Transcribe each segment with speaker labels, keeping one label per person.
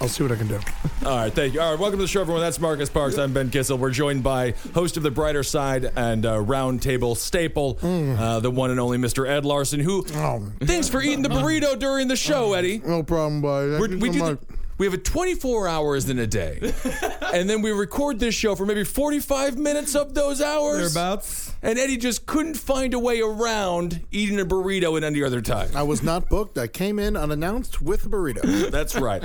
Speaker 1: I'll see what I can do.
Speaker 2: All right, thank you. All right, welcome to the show, everyone. That's Marcus Parks. I'm Ben Kissel. We're joined by host of The Brighter Side and uh, Roundtable Staple, uh, the one and only Mr. Ed Larson, who
Speaker 1: Oh,
Speaker 2: thanks for eating the burrito during the show, Eddie.
Speaker 1: no problem, buddy. Thank
Speaker 2: We're,
Speaker 1: you
Speaker 2: we
Speaker 1: so
Speaker 2: do
Speaker 1: much.
Speaker 2: the, we have a 24 hours in a day, and then we record this show for maybe 45 minutes of those hours.
Speaker 3: Whereabouts?
Speaker 2: And Eddie just couldn't find a way around eating a burrito at any other time.
Speaker 1: I was not booked. I came in unannounced with a burrito.
Speaker 2: That's right.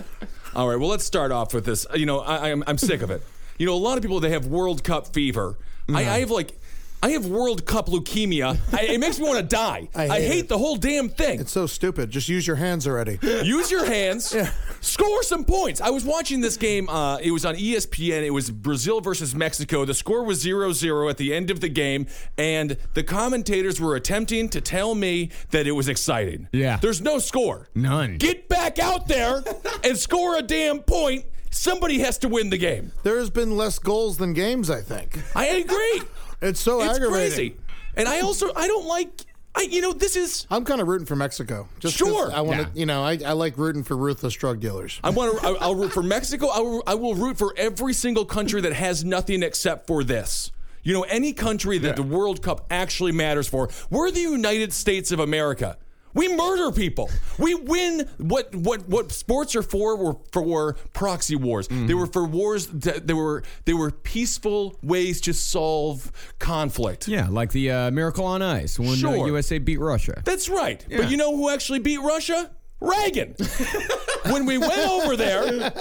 Speaker 2: All right. Well, let's start off with this. You know, I, I'm I'm sick of it. You know, a lot of people they have World Cup fever.
Speaker 1: Mm-hmm.
Speaker 2: I, I have like. I have World Cup leukemia. I, it makes me want to die. I
Speaker 1: I
Speaker 2: hate,
Speaker 1: hate it.
Speaker 2: the whole damn thing.
Speaker 1: It's so stupid. Just use your hands already.
Speaker 2: Use your hands. Score some points. I was watching this game. Uh, it was on ESPN. It was Brazil versus Mexico. The score was 0 0 at the end of the game, and the commentators were attempting to tell me that it was exciting.
Speaker 3: Yeah.
Speaker 2: There's no score.
Speaker 3: None.
Speaker 2: Get back out there and score a damn point. Somebody has to win the game.
Speaker 1: There has been less goals than games. I think
Speaker 2: I agree.
Speaker 1: it's so
Speaker 2: it's
Speaker 1: aggravating.
Speaker 2: crazy. And I also, I don't like, I, you know, this is.
Speaker 1: I'm kind of rooting for Mexico. Just 'cause
Speaker 2: Sure.
Speaker 1: I want to.
Speaker 3: Yeah.
Speaker 1: You know, I, I like rooting for ruthless drug dealers.
Speaker 2: I want to. I'll root for Mexico. I will, I will root for every single country that has nothing except for this. You know, any country that the World Cup actually matters for. We're the United States of America. We murder people. We win what what what sports are for were for proxy wars. They were for wars that they were they were peaceful ways to solve conflict.
Speaker 3: Yeah, like the uh, Miracle on Ice when uh,
Speaker 2: Sure.
Speaker 3: USA beat Russia.
Speaker 2: That's right. But you know who actually beat Russia? Reagan. when we went over there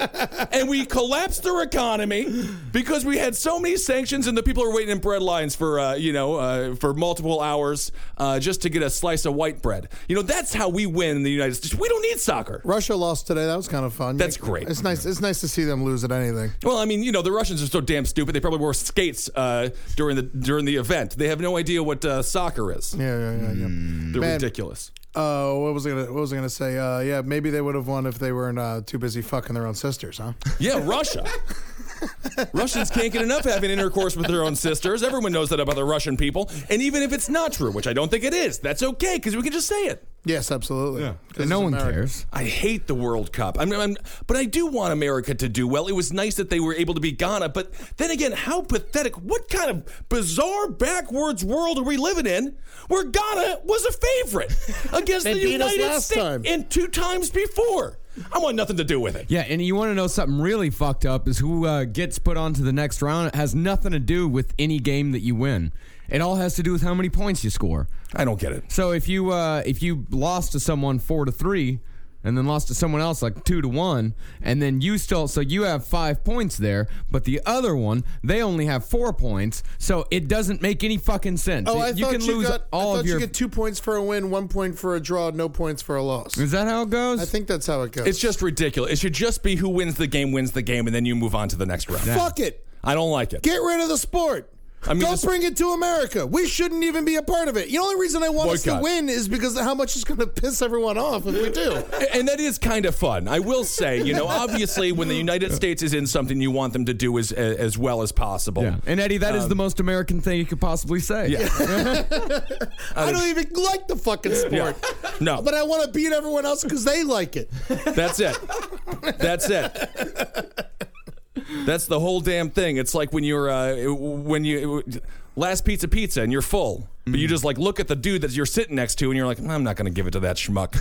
Speaker 2: and we collapsed their economy because we had so many sanctions and the people are waiting in bread lines for uh, you know uh, for multiple hours uh, just to get a slice of white bread. You know that's how we win in the United States. We don't need soccer.
Speaker 1: Russia lost today. That was kind of fun.
Speaker 2: That's great.
Speaker 1: It's nice. It's nice to see them lose at anything.
Speaker 2: Well, I mean, you know, the Russians are so damn stupid. They probably wore skates uh, during the during the event. They have no idea what uh, soccer is.
Speaker 1: Yeah, yeah, yeah. yeah.
Speaker 3: Mm.
Speaker 2: They're
Speaker 1: Man.
Speaker 2: ridiculous.
Speaker 1: Oh, what was I gonna? What was I gonna say? Uh, yeah, maybe they would have won if they weren't uh, too busy fucking their own sisters, huh?
Speaker 2: Yeah, Russia. Russians can't get enough having intercourse with their own sisters. Everyone knows that about the Russian people. And even if it's not true, which I don't think it is, that's okay because we can just say it.
Speaker 1: yes, absolutely. Yeah,
Speaker 3: And no one cares.
Speaker 2: I hate the World Cup. I mean, I'm, but I do want America to do well. It was nice that they were able to beat Ghana, but then again, how pathetic! What kind of bizarre backwards world are we living in, where Ghana was a favorite against
Speaker 1: They
Speaker 2: the
Speaker 1: beat us
Speaker 2: United
Speaker 1: last
Speaker 2: States
Speaker 1: time.
Speaker 2: and two times before? I want nothing to do with it.
Speaker 3: Yeah, and you want to know something really fucked up is who uh, gets put onto the next round. It has nothing to do with any game that you win. It all has to do with how many points you score.
Speaker 2: I don't get it.
Speaker 3: So if you uh, if you lost to someone four to three, and then lost to someone else like two to one, and then you still so you have five points there, but the other one they only have four points, so it doesn't make any fucking sense.
Speaker 1: Oh, I
Speaker 3: you
Speaker 1: thought
Speaker 3: can
Speaker 1: you
Speaker 3: lose
Speaker 1: got,
Speaker 3: all
Speaker 1: I thought
Speaker 3: of your.
Speaker 1: you get two points for a win, one point for a draw, no points for a loss.
Speaker 3: Is that how it goes?
Speaker 1: I think that's how it goes.
Speaker 2: It's just ridiculous. It should just be who wins the game wins the game, and then you move on to the next round.
Speaker 1: fuck it.
Speaker 2: I don't like it.
Speaker 1: Get rid of the sport.
Speaker 2: mean,
Speaker 1: Don't
Speaker 2: this-
Speaker 1: bring it to America. We shouldn't even be a part of it. The only reason I want us to
Speaker 2: Boycott.
Speaker 1: win is because of how much it's going to piss everyone off if we do.
Speaker 2: and that is kind of fun. I will say, you know, obviously, when the United States is in something, you want them to do as as well as possible.
Speaker 3: yeah. And Eddie, that is the most American thing you could possibly say. Yeah.
Speaker 1: I don't even like the fucking sport,
Speaker 2: No,
Speaker 1: but I want to beat everyone else because they like it.
Speaker 2: that's it. That's it. That's the whole damn thing. It's like when you're uh, when you last pizza pizza and you're full, but
Speaker 1: Mm-hmm.
Speaker 2: you just like look at the dude that you're sitting next to and you're like, I'm not going to give it to that schmuck.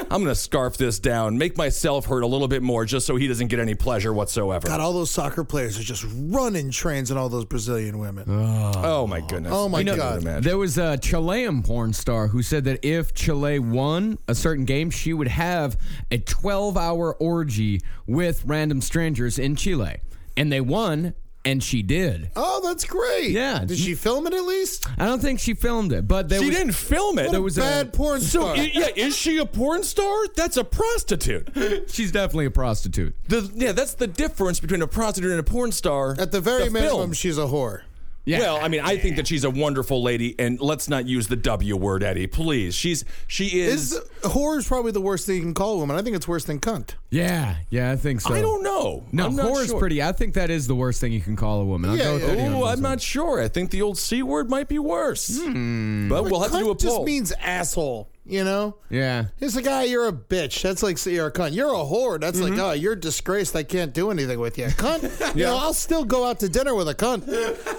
Speaker 2: I'm going to scarf this down, make myself hurt a little bit more, just so he doesn't get any pleasure whatsoever.
Speaker 1: God, all those soccer players are just running trains on all those Brazilian women.
Speaker 3: Uh.
Speaker 2: Oh my goodness.
Speaker 1: Oh, my
Speaker 2: I can't
Speaker 1: God.
Speaker 2: imagine.
Speaker 3: There was a Chilean porn star who said that if Chile won a certain game, she would have a 12 hour orgy with random strangers in Chile. And they won, and she did.
Speaker 1: oh, that's great.
Speaker 3: Yeah.
Speaker 1: Did she film it at least?
Speaker 3: I don't think she filmed it, but there
Speaker 2: She
Speaker 3: was,
Speaker 2: didn't film it.
Speaker 3: There was
Speaker 1: Bad
Speaker 3: a,
Speaker 1: porn
Speaker 2: So
Speaker 1: star.
Speaker 2: i- yeah, is she a porn star? That's a prostitute.
Speaker 3: She's definitely a prostitute.
Speaker 2: The, yeah, that's the difference between a prostitute and a porn star.
Speaker 1: At the very
Speaker 2: the
Speaker 1: minimum,
Speaker 2: film.
Speaker 1: she's a whore.
Speaker 3: Yeah.
Speaker 2: Well, I mean, I think that she's a wonderful lady, and let's not use the W word, Eddie. Please, she's she is.
Speaker 1: Is whore is probably the worst thing you can call a woman. I think it's worse than cunt.
Speaker 3: Yeah, yeah, I think so.
Speaker 2: I don't know.
Speaker 3: No,
Speaker 2: I'm not
Speaker 3: whore is
Speaker 2: sure.
Speaker 3: pretty. I think that is the worst thing you can call a woman. I'll
Speaker 1: Yeah,
Speaker 3: go with
Speaker 1: yeah.
Speaker 3: Eddie on
Speaker 2: Oh,
Speaker 3: this
Speaker 2: I'm
Speaker 3: one.
Speaker 2: not sure. I think the old C word might be worse.
Speaker 3: Hmm.
Speaker 2: But we'll have to do a
Speaker 1: Cunt just
Speaker 2: poll.
Speaker 1: means asshole. You know.
Speaker 3: Yeah.
Speaker 1: It's like, ah, you're a bitch. That's like, say you're a cunt. You're a whore. That's like, oh, you're disgraced. I can't do anything with you. Cunt. You know, I'll still go out to dinner with a cunt.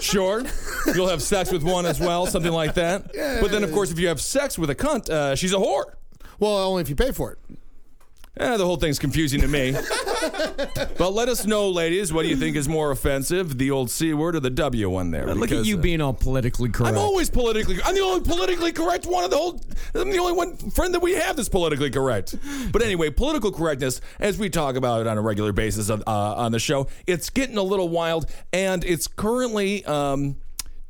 Speaker 2: sure, you'll have sex with one as well, something like that. But then, of course, if you have sex with a cunt, uh, she's a whore.
Speaker 1: Well, only if you pay for it.
Speaker 2: Eh, the whole thing's confusing to me. but let us know, ladies, what do you think is more offensive, the old C word or the W one there?
Speaker 3: Look at
Speaker 2: because,
Speaker 3: you
Speaker 2: uh,
Speaker 3: being all politically correct.
Speaker 2: I'm always politically. I'm the only politically correct one of the whole. I'm the only one friend that we have that's politically correct. But anyway, political correctness, as we talk about it on a regular basis on, uh, on the show, it's getting a little wild, and it's currently. Um,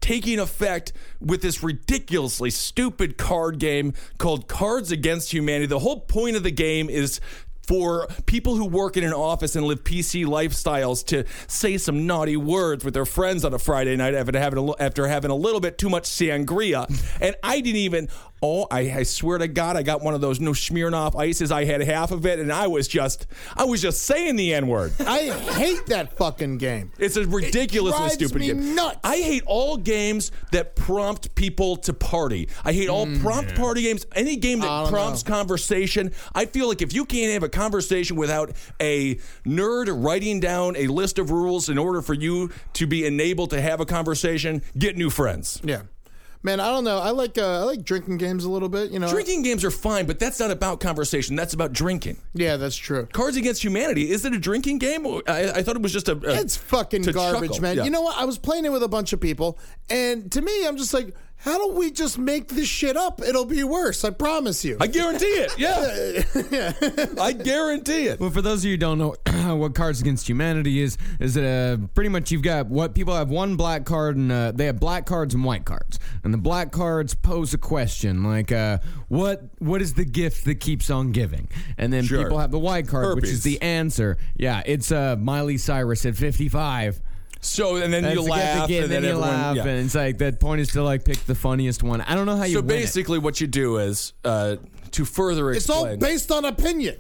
Speaker 2: Taking effect with this ridiculously stupid card game called Cards Against Humanity. The whole point of the game is for people who work in an office and live PC lifestyles to say some naughty words with their friends on a Friday night after having a, li- after having a little bit too much sangria. And I didn't even. Oh, I, I swear to God, I got one of those no Smirnoff ices. I had half of it, and I was just I was just saying the N word.
Speaker 1: I hate that fucking game.
Speaker 2: It's a ridiculously
Speaker 1: drives
Speaker 2: stupid
Speaker 1: me
Speaker 2: game.
Speaker 1: nuts.
Speaker 2: I hate all games that prompt people to party. I hate all prompt party games. Any game that prompts conversation. I feel like if you can't have a conversation without a nerd writing down a list of rules in order for you to be enabled to have a conversation, get new friends.
Speaker 1: Yeah. Man, I don't know. I like uh, I like drinking games a little bit. You know.
Speaker 2: Drinking games are fine, but that's not about conversation. That's about drinking.
Speaker 1: Yeah, that's true.
Speaker 2: Cards Against Humanity is it a drinking game? I, I thought it was just a. a-
Speaker 1: It's fucking
Speaker 2: to
Speaker 1: garbage,
Speaker 2: chuckle.
Speaker 1: man.
Speaker 2: Yeah.
Speaker 1: You know what? I was playing it with a bunch of people, and to me, I'm just like, how do we just make this shit up? It'll be worse. I promise you.
Speaker 2: I guarantee it. Yeah. I guarantee it.
Speaker 3: Well, for those of you who don't know what Cards Against Humanity is, is that uh, pretty much you've got what people have one black card and uh, they have black cards and white cards, and the black cards pose a question like, uh, "What what is the gift that keeps on giving?" And then
Speaker 2: Sure.
Speaker 3: people have the white card, which
Speaker 2: Herpes.
Speaker 3: is the answer. Yeah, it's uh, Miley Cyrus at fifty five.
Speaker 2: So and then you laugh and then,
Speaker 3: you
Speaker 2: everyone,
Speaker 3: laugh,
Speaker 2: yeah.
Speaker 3: and it's like that point is to like pick the funniest one. I don't know how you.
Speaker 2: So
Speaker 3: win it.
Speaker 2: basically, what you do is uh, to further
Speaker 1: it's all
Speaker 2: explain.
Speaker 1: based on opinion.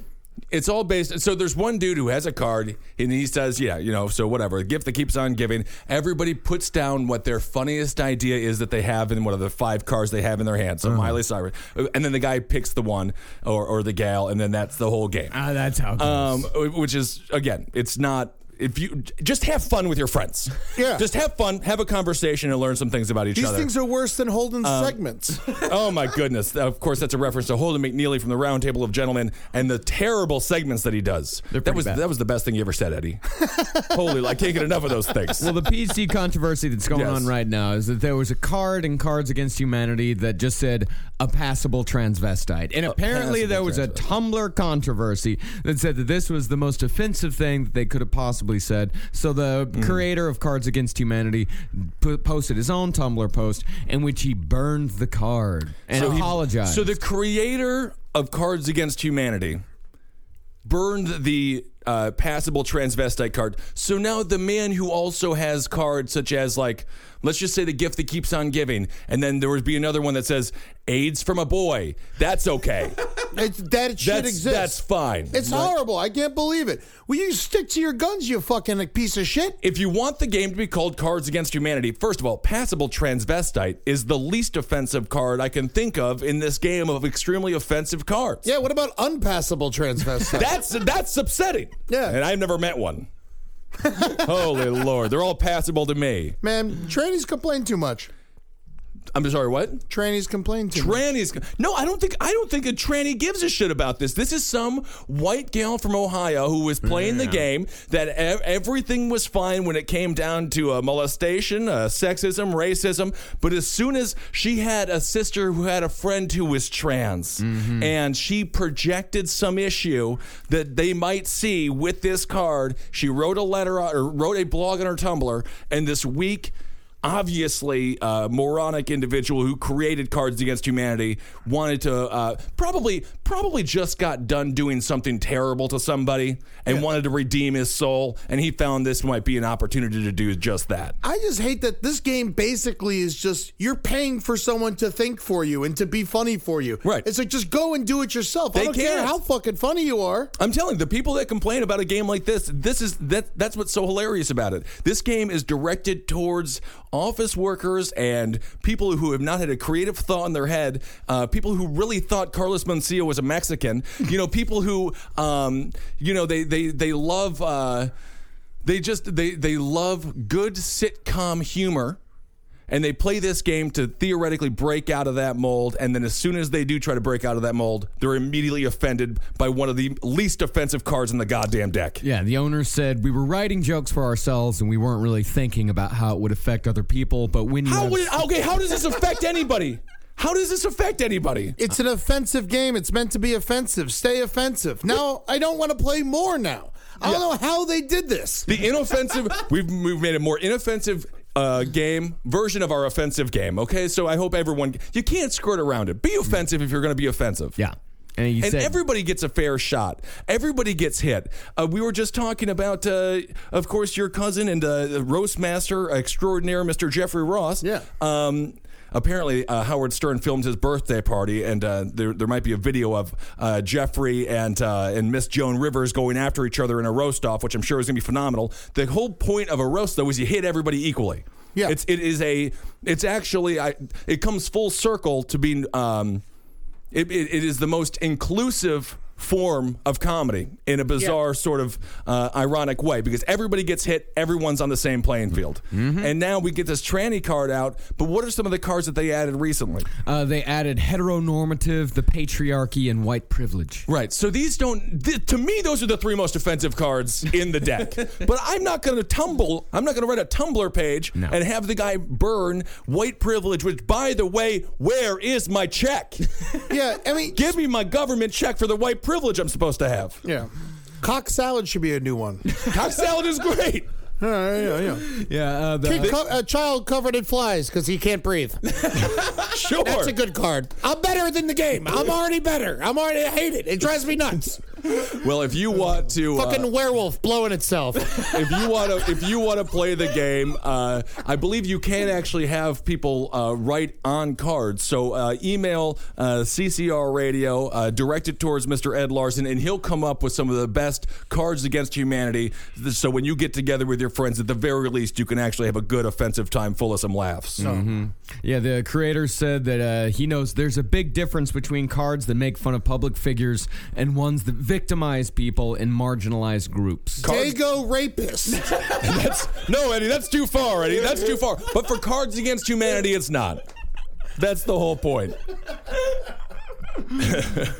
Speaker 2: it's all based. So there's one dude who has a card and he says, yeah, you know, so whatever, the gift that keeps on giving. Everybody puts down what their funniest idea is that they have in one of the five cards they have in their hand. So
Speaker 3: Uh-huh.
Speaker 2: Miley Cyrus, uh, and then the guy picks the one or, or the gal, and then that's the whole game.
Speaker 3: Ah, that's how. It goes.
Speaker 2: um, which is again, it's not. If you just have fun with your friends,
Speaker 1: Yeah.
Speaker 2: just have fun, have a conversation, and learn some things about each
Speaker 1: These
Speaker 2: other.
Speaker 1: things are worse than Holden's
Speaker 2: Um,
Speaker 1: segments.
Speaker 2: oh my goodness! Of course, that's a reference to Holden McNeely from the Round Table of Gentlemen and the terrible segments that he does. That
Speaker 3: pretty
Speaker 2: was
Speaker 3: bad.
Speaker 2: that was the best thing you ever said, Eddie. Holy, I can't get enough of those things.
Speaker 3: Well, the PC controversy that's going
Speaker 2: Yes.
Speaker 3: on right now is that there was a card in Cards Against Humanity that just said a passable transvestite. And apparently
Speaker 2: passable
Speaker 3: there was a Tumblr controversy that said that this was the most offensive thing that they could have possibly said. So the
Speaker 2: Mm.
Speaker 3: creator of Cards Against Humanity p- posted his own Tumblr post in which he burned the card and
Speaker 2: he-
Speaker 3: apologized.
Speaker 2: So the creator of Cards Against Humanity burned the uh, passable transvestite card. So now the man who also has cards such as like, let's just say the gift that keeps on giving, and then there would be another one that says AIDS from a boy. That's okay.
Speaker 1: It's, that shit
Speaker 2: that's
Speaker 1: exists.
Speaker 2: that's fine.
Speaker 1: It's horrible. I can't believe it. Will you stick to your guns, you fucking like, piece of shit?
Speaker 2: if you want the game to be called Cards Against Humanity, first of all, Passable Transvestite is the least offensive card I can think of in this game of extremely offensive cards.
Speaker 1: Yeah, what about unpassable transvestite?
Speaker 2: That's that's upsetting.
Speaker 1: Yeah.
Speaker 2: And I've never met one. Holy Lord, they're all passable to me.
Speaker 1: Man, trannies complain too much.
Speaker 2: I'm sorry, what?
Speaker 1: Trannies complain too much.
Speaker 2: Trannies. No, I don't think I don't think a tranny gives a shit about this. This is some white gal from Ohio who was playing the game that ev- everything was fine when it came down to uh, molestation, uh, sexism, racism. But as soon as she had a sister who had a friend who was trans, and she projected some issue that they might see uh, with this card, she wrote a letter or wrote a blog on her Tumblr, and this week obviously uh, moronic individual who created Cards Against Humanity wanted to uh, probably probably just got done doing something terrible to somebody and wanted to redeem his soul, and he found this might be an opportunity to do just that.
Speaker 1: I just hate that this game basically is just you're paying for someone to think for you and to be funny for you.
Speaker 2: Right.
Speaker 1: It's like just go and do it yourself. I
Speaker 2: They
Speaker 1: don't care
Speaker 2: can't.
Speaker 1: how fucking funny you are.
Speaker 2: I'm telling you, the people that complain about a game like this, this is that that's what's so hilarious about it. This game is directed towards office workers and people who have not had a creative thought in their head, uh, people who really thought Carlos Mencia was a Mexican, you know, people who um, you know, they they they love uh, they just they they love good sitcom humor and they play this game to theoretically break out of that mold and then as soon as they do try to break out of that mold they're immediately offended by one of the least offensive cards in the goddamn deck
Speaker 3: Yeah, the owner said we were writing jokes for ourselves and we weren't really thinking about how it would affect other people. But when you
Speaker 2: how
Speaker 3: have-
Speaker 2: would it, okay how does this affect anybody how does this affect anybody
Speaker 1: It's an offensive game. It's meant to be offensive. Stay offensive. Now I don't want to play more now. I don't know how they did this.
Speaker 2: the inoffensive we've, we've made a more inoffensive uh, game version of our offensive game okay so i hope everyone you can't skirt around it be offensive if you're going to be offensive
Speaker 3: yeah, and he
Speaker 2: and
Speaker 3: said
Speaker 2: everybody gets a fair shot. Everybody gets hit. Uh, we were just talking about, uh, of course, your cousin and uh, roast master extraordinaire, Mr. Jeffrey Ross.
Speaker 1: Yeah.
Speaker 2: Um, apparently, uh, Howard Stern filmed his birthday party, and uh, there there might be a video of uh, Jeffrey and uh, and Miss Joan Rivers going after each other in a roast off, which I'm sure is going to be phenomenal. The whole point of a roast, though, is you hit everybody equally.
Speaker 1: Yeah.
Speaker 2: It's it is a it's actually I it comes full circle to being um it, it, it is the most inclusive form of comedy in a bizarre sort of uh, ironic way because everybody gets hit everyone's on the same playing field and now we get this tranny card out but what are some of the cards that they added recently
Speaker 3: uh, they added heteronormative, the patriarchy, and white privilege.
Speaker 2: right so these don't th- to me those are the three most offensive cards in the deck but i'm not going to tumble i'm not going to write a tumblr page
Speaker 3: No.
Speaker 2: and have the guy burn white privilege which by the way where is my check
Speaker 1: Yeah, I mean,
Speaker 2: give me my government check for the white privilege i'm supposed to have
Speaker 1: yeah, cock salad should be a new one.
Speaker 2: Cock salad is great.
Speaker 1: yeah, yeah, yeah.
Speaker 3: Yeah, uh, the,
Speaker 1: Kid co- a child covered in flies because he can't breathe.
Speaker 2: Sure.
Speaker 1: That's a good card. I'm better than the game. I'm already better. I'm already. I hate it. It drives me nuts.
Speaker 2: well, if you want to, uh,
Speaker 1: Fucking werewolf blowing itself.
Speaker 2: if you want to, if you want to play the game, uh, I believe you can actually have people uh, write on cards. So uh, email uh, CCR Radio, uh, directed towards Mr. Ed Larson, and he'll come up with some of the best cards against humanity. th- So when you get together with your friends, at the very least, you can actually have a good offensive time full of some laughs.
Speaker 3: yeah, the creator said that uh, he knows there's a big difference between cards that make fun of public figures and ones that victimize people and marginalize groups.
Speaker 1: Dago rapist.
Speaker 2: That's no, Eddie. That's too far, Eddie. That's too far. But for Cards Against Humanity, it's not. That's the whole point.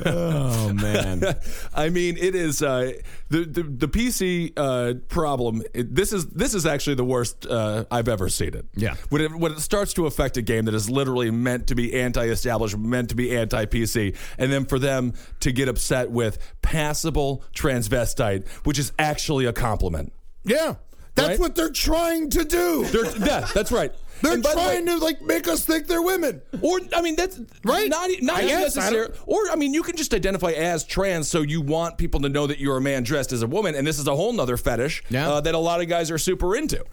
Speaker 3: oh man.
Speaker 2: I mean, it is uh, the, the the PC uh, problem. It, this is this is actually the worst uh, I've ever seen it.
Speaker 3: Yeah.
Speaker 2: When it, when it starts to affect a game that is literally meant to be anti-establishment, meant to be anti-PC, and then for them to get upset with passable transvestite, which is actually a compliment.
Speaker 1: Yeah, that's
Speaker 2: Right?
Speaker 1: what they're trying to do.
Speaker 2: They're, yeah, that's right.
Speaker 1: They're
Speaker 2: And by the way-
Speaker 1: trying to like make us think they're women.
Speaker 2: Or I mean that's
Speaker 1: Right.
Speaker 2: Not not
Speaker 1: I guess, I
Speaker 2: necessary. Or I mean you can just identify as trans, so you want people to know that you're a man dressed as a woman, and this is a whole nother fetish
Speaker 3: Yeah.
Speaker 2: uh, that a lot of guys are super into.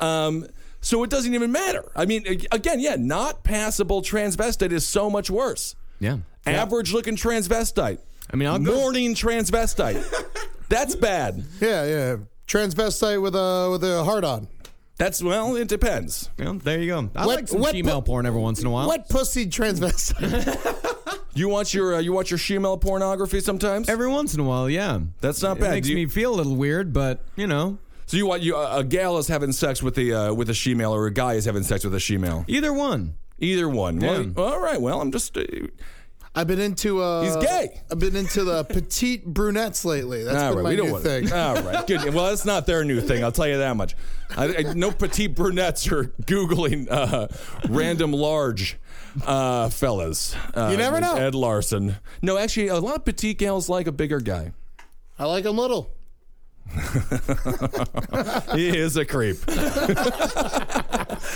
Speaker 2: Um, so it doesn't even matter. I mean, a- again, yeah, not passable transvestite is so much worse.
Speaker 3: Yeah.
Speaker 2: Average looking transvestite.
Speaker 3: I mean, I'll go-
Speaker 2: morning transvestite. That's bad.
Speaker 1: Yeah, yeah. Transvestite with a with a heart on.
Speaker 2: That's well, it depends.
Speaker 3: Well, there you go. I
Speaker 1: What-
Speaker 3: like some
Speaker 1: what
Speaker 3: female
Speaker 1: pu-
Speaker 3: porn every once in a while.
Speaker 1: What pussy transvestite?
Speaker 2: You watch your uh, you watch your shemale pornography sometimes.
Speaker 3: Every once in a while, yeah.
Speaker 2: That's not
Speaker 3: it
Speaker 2: bad.
Speaker 3: Makes
Speaker 2: Do you-
Speaker 3: me feel a little weird, but you know,
Speaker 2: So you want you a a gal is having sex with the uh, with a she male or a guy is having sex with a she male?
Speaker 3: either one.
Speaker 2: Either one. Well,
Speaker 3: Damn.
Speaker 2: all right. Well, I'm just. Uh,
Speaker 1: I've been into uh
Speaker 2: He's gay.
Speaker 1: I've been into the petite brunettes lately. That's
Speaker 2: all
Speaker 1: been
Speaker 2: right.
Speaker 1: my
Speaker 2: We don't
Speaker 1: new
Speaker 2: want
Speaker 1: thing.
Speaker 2: it. All right. Good. Well, that's not their new thing. I'll tell you that much. I, I, no petite brunettes are googling uh, random large uh, fellas. Uh,
Speaker 1: You never know.
Speaker 2: Ed Larson. No, actually, a lot of petite gals like a bigger guy.
Speaker 1: I like them little.
Speaker 2: he is a creep.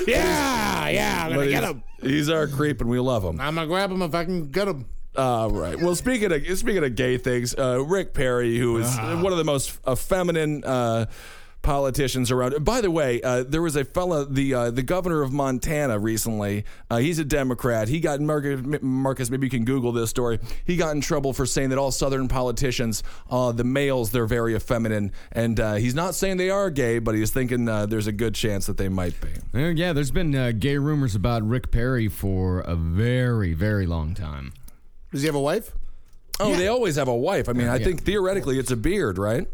Speaker 1: Yeah, yeah, I'm
Speaker 2: But
Speaker 1: gonna
Speaker 2: he's,
Speaker 1: get him.
Speaker 2: he's our creep, and we love him.
Speaker 1: I'm gonna grab him if I can get him.
Speaker 2: Uh, right. Well, speaking of speaking of gay things, uh, Rick Perry, who is one of the most uh, feminine uh, politicians around. By the way, uh, there was a fella, the uh, the governor of Montana recently. Uh, he's a Democrat. He got Marcus, Marcus. Maybe you can Google this story. He got in trouble for saying that all Southern politicians, uh, the males, they're very effeminate, and uh, he's not saying they are gay, but he's thinking uh, there's a good chance that they might be.
Speaker 3: Uh, yeah, there's been uh, gay rumors about Rick Perry for a very, very long time.
Speaker 1: Does he have a wife?
Speaker 2: Oh, they always have a wife. I mean, I think theoretically it's a beard, right?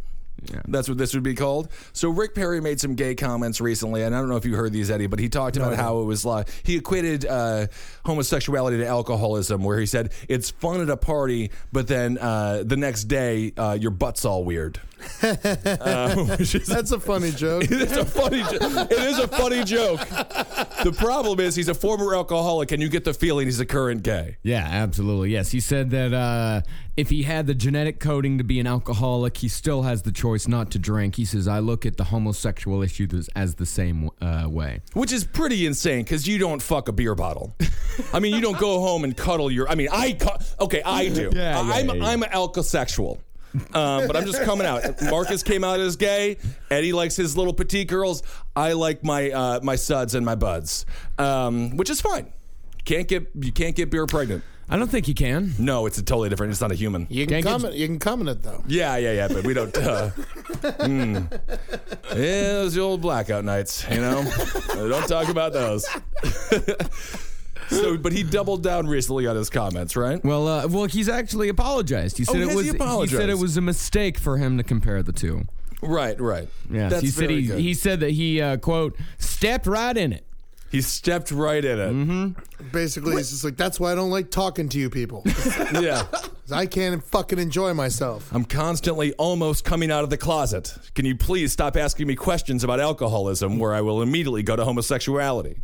Speaker 2: That's what this would be called. So Rick Perry made some gay comments recently, and I don't know if you heard these, Eddie, but he talked about how it was like he equated uh, homosexuality to alcoholism, where he said it's fun at a party, but then uh, the next day uh, your butt's all weird. uh, which is
Speaker 1: That's a funny joke.
Speaker 2: it is a funny. Jo- it is a funny joke. The problem is he's a former alcoholic, and you get the feeling he's a current gay.
Speaker 3: Yeah, absolutely. Yes, he said that uh, if he had the genetic coding to be an alcoholic, he still has the choice not to drink. He says, "I look at the homosexual issue th- as the same uh, way."
Speaker 2: Which is pretty insane because you don't fuck a beer bottle. I mean, you don't go home and cuddle your. I mean, I cu- okay, I do.
Speaker 3: Yeah,
Speaker 2: I-
Speaker 3: yeah,
Speaker 2: I'm
Speaker 3: yeah,
Speaker 2: I'm an alcosexual, um, but I'm just coming out. Marcus came out as gay. Eddie likes his little petite girls. I like my uh, my suds and my buds, um, which is fine. Can't get you can't get beer pregnant.
Speaker 3: I don't think he can.
Speaker 2: No, it's a totally different. It's not a human.
Speaker 1: You can
Speaker 3: Can't get-
Speaker 1: comment. You can comment it though.
Speaker 2: Yeah, yeah, yeah, but we don't. Uh, mm. Yeah, those old blackout nights, you know? don't talk about those. so, but he doubled down recently on his comments, right?
Speaker 3: Well, uh, well, he's actually apologized. He said
Speaker 2: Oh, has
Speaker 3: it
Speaker 2: he
Speaker 3: was said it
Speaker 2: apologized?
Speaker 3: was a mistake for him to compare the two.
Speaker 2: Right, right.
Speaker 3: Yes,
Speaker 2: That's
Speaker 3: he said
Speaker 2: very
Speaker 3: he,
Speaker 2: good.
Speaker 3: he said that he uh, quote stepped right in it.
Speaker 2: He stepped right in it.
Speaker 3: Mm-hmm.
Speaker 1: Basically, it's just like that's why I don't like talking to you people. 'Cause
Speaker 2: Yeah.
Speaker 1: I can't fucking enjoy myself.
Speaker 2: I'm constantly almost coming out of the closet. Can you please stop asking me questions about alcoholism where I will immediately go to homosexuality?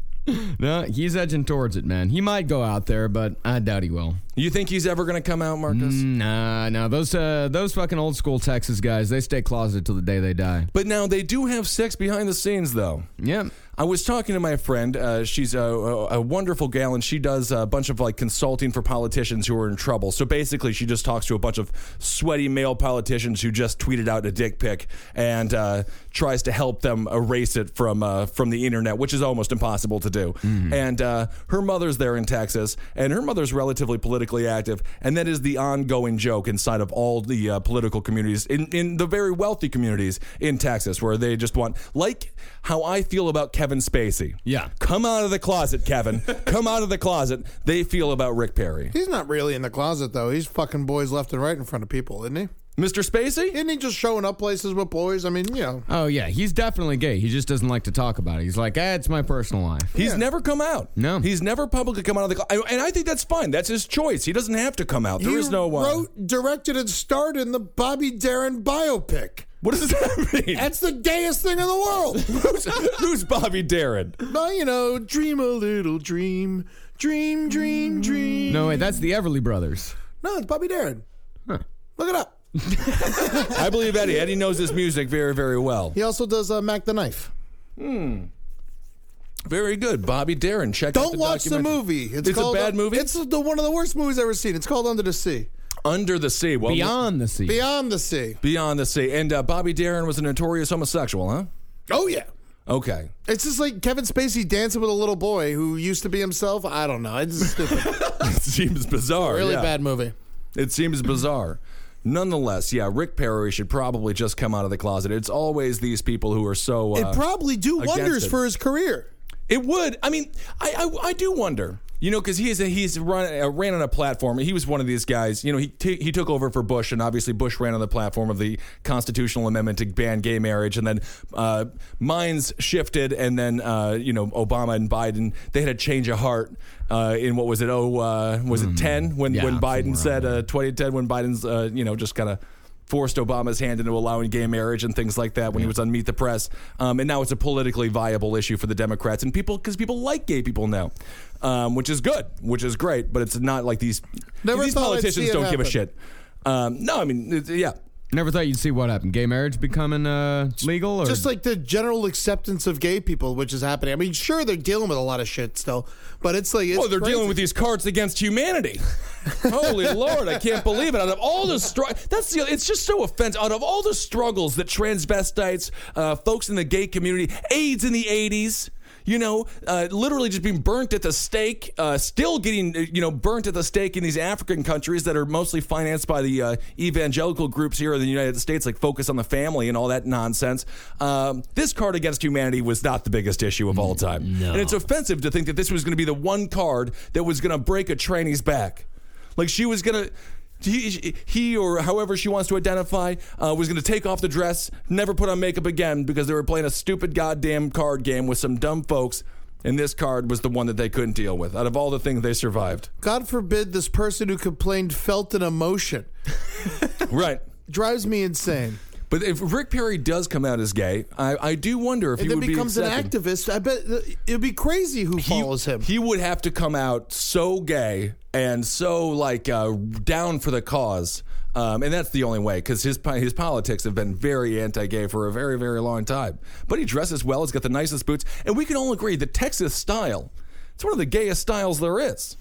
Speaker 3: No, he's edging towards it, man. He might go out there, but I doubt he will.
Speaker 2: You think he's ever going to come out, Marcus?
Speaker 3: Mm. Nah, nah. Those uh, those fucking old school Texas guys, they stay closeted till the day they die.
Speaker 2: But now they do have sex behind the scenes, though.
Speaker 3: Yep.
Speaker 2: I was talking to my friend. Uh, she's a, a, a wonderful gal, and she does a bunch of like consulting for politicians who are in trouble. So basically, she just talks to a bunch of sweaty male politicians who just tweeted out a dick pic and uh, tries to help them erase it from uh, from the internet, which is almost impossible to do.
Speaker 1: Mm-hmm.
Speaker 2: And uh, her mother's there in Texas, and her mother's relatively politically active, and that is the ongoing joke inside of all the uh, political communities in in the very wealthy communities in Texas, where they just want like how I feel about Kevin Spacey.
Speaker 3: Yeah.
Speaker 2: Come out of the closet, Kevin. Come out of the closet. They feel about Rick Perry.
Speaker 1: He's not really in the closet though. He's fucking boys left and right in front of people, isn't he?
Speaker 2: Mr. Spacey?
Speaker 1: Isn't he just showing up places with boys? I mean, you know.
Speaker 3: Oh yeah, he's definitely gay. He just doesn't like to talk about it. He's like, ah, it's my personal life.
Speaker 2: He's never come out.
Speaker 3: No.
Speaker 2: He's never publicly come out of the closet. And I think that's fine. That's his choice. He doesn't have to come out. There is
Speaker 1: he
Speaker 2: no uh, one.
Speaker 1: wrote, directed, and starred in the Bobby Darin biopic.
Speaker 2: what does that mean?
Speaker 1: That's the gayest thing in the world.
Speaker 2: who's, who's Bobby Darin?
Speaker 1: well, you know, dream a little dream, dream, dream, dream.
Speaker 3: No, wait, that's the Everly Brothers.
Speaker 1: No, it's Bobby Darin. Look it up.
Speaker 2: I believe Eddie. Eddie knows his music very, very well.
Speaker 1: He also does uh, Mac the Knife.
Speaker 2: Very good. Bobby Darin. Check out
Speaker 1: Don't
Speaker 2: the
Speaker 1: watch the
Speaker 2: documentary.
Speaker 1: movie. It's,
Speaker 2: It's a
Speaker 1: called, uh,
Speaker 2: bad movie?
Speaker 1: It's the one of the worst movies I've ever seen. It's called Under the Sea.
Speaker 2: Under the Sea. Well,
Speaker 3: Beyond the Sea.
Speaker 1: Beyond the Sea.
Speaker 2: Beyond the Sea. And uh, Bobby Darin was a notorious homosexual, huh?
Speaker 1: Oh yeah.
Speaker 2: Okay.
Speaker 1: It's just like Kevin Spacey dancing with a little boy who used to be himself. I don't know. It's stupid.
Speaker 2: It seems bizarre.
Speaker 1: really
Speaker 2: yeah.
Speaker 1: bad movie.
Speaker 2: It seems bizarre. Nonetheless, yeah, Rick Perry should probably just come out of the closet. It's always these people who are so. Uh,
Speaker 1: It probably do
Speaker 2: against
Speaker 1: wonders
Speaker 2: it.
Speaker 1: for his career.
Speaker 2: It would. I mean, I I, I do wonder. You know, because he's a, he's run uh, ran on a platform. He was one of these guys. You know, he t- he took over for Bush, and obviously Bush ran on the platform of the constitutional amendment to ban gay marriage, and then uh, minds shifted, and then uh, you know Obama and Biden they had a change of heart uh, in what was it? Oh, uh, was
Speaker 1: Hmm.
Speaker 2: it ten when
Speaker 3: Yeah,
Speaker 2: when Biden
Speaker 3: somewhere
Speaker 2: said uh, twenty ten when Biden's uh, you know just kind of forced Obama's hand into allowing gay marriage and things like that when he was on Meet the Press. Um, and now it's a politically viable issue for the Democrats and people because people like gay people now, um, which is good, which is great. But it's not like these
Speaker 1: Never
Speaker 2: these
Speaker 1: thought I'd see
Speaker 2: politicians
Speaker 1: it
Speaker 2: don't give a
Speaker 1: happen.
Speaker 2: shit. Um, no, I mean it, yeah.
Speaker 3: Never thought you'd see what happened. Gay marriage becoming uh, legal, or
Speaker 1: Just like the general acceptance of gay people, which is happening. I mean, sure, they're dealing with a lot of shit still, but it's like it's
Speaker 2: Oh, they're
Speaker 1: crazy.
Speaker 2: dealing with these cards against humanity. Holy Lord, I can't believe it. Out of all the str that's the, it's just so offensive. Out of all the struggles that transvestites, uh, folks in the gay community, AIDS in the '80s. You know, uh, literally just being burnt at the stake, uh, still getting, uh, you know, burnt at the stake in these African countries that are mostly financed by the uh, evangelical groups here in the United States, like Focus on the Family and all that nonsense. Um, this card against humanity was not the biggest issue of all time. And it's offensive to think that this was going to be the one card that was going to break a trainee's back. Like she was going to. He, he or however she wants to identify uh, was going to take off the dress, never put on makeup again because they were playing a stupid goddamn card game with some dumb folks, and this card was the one that they couldn't deal with. Out of all the things they survived,
Speaker 1: God forbid this person who complained felt an emotion.
Speaker 2: right?
Speaker 1: Drives me insane.
Speaker 2: But if Rick Perry does come out as gay, I, I do wonder if
Speaker 1: And
Speaker 2: he
Speaker 1: then
Speaker 2: would
Speaker 1: becomes
Speaker 2: be
Speaker 1: an
Speaker 2: accepted.
Speaker 1: activist. I bet uh, it'd be crazy who follows him.
Speaker 2: He would have to come out so gay and so like uh, down for the cause. Um, and that's the only way because his po- his politics have been very anti-gay for a very very long time. But he dresses well. He's got the nicest boots, and we can all agree the Texas style. It's one of the gayest styles there is.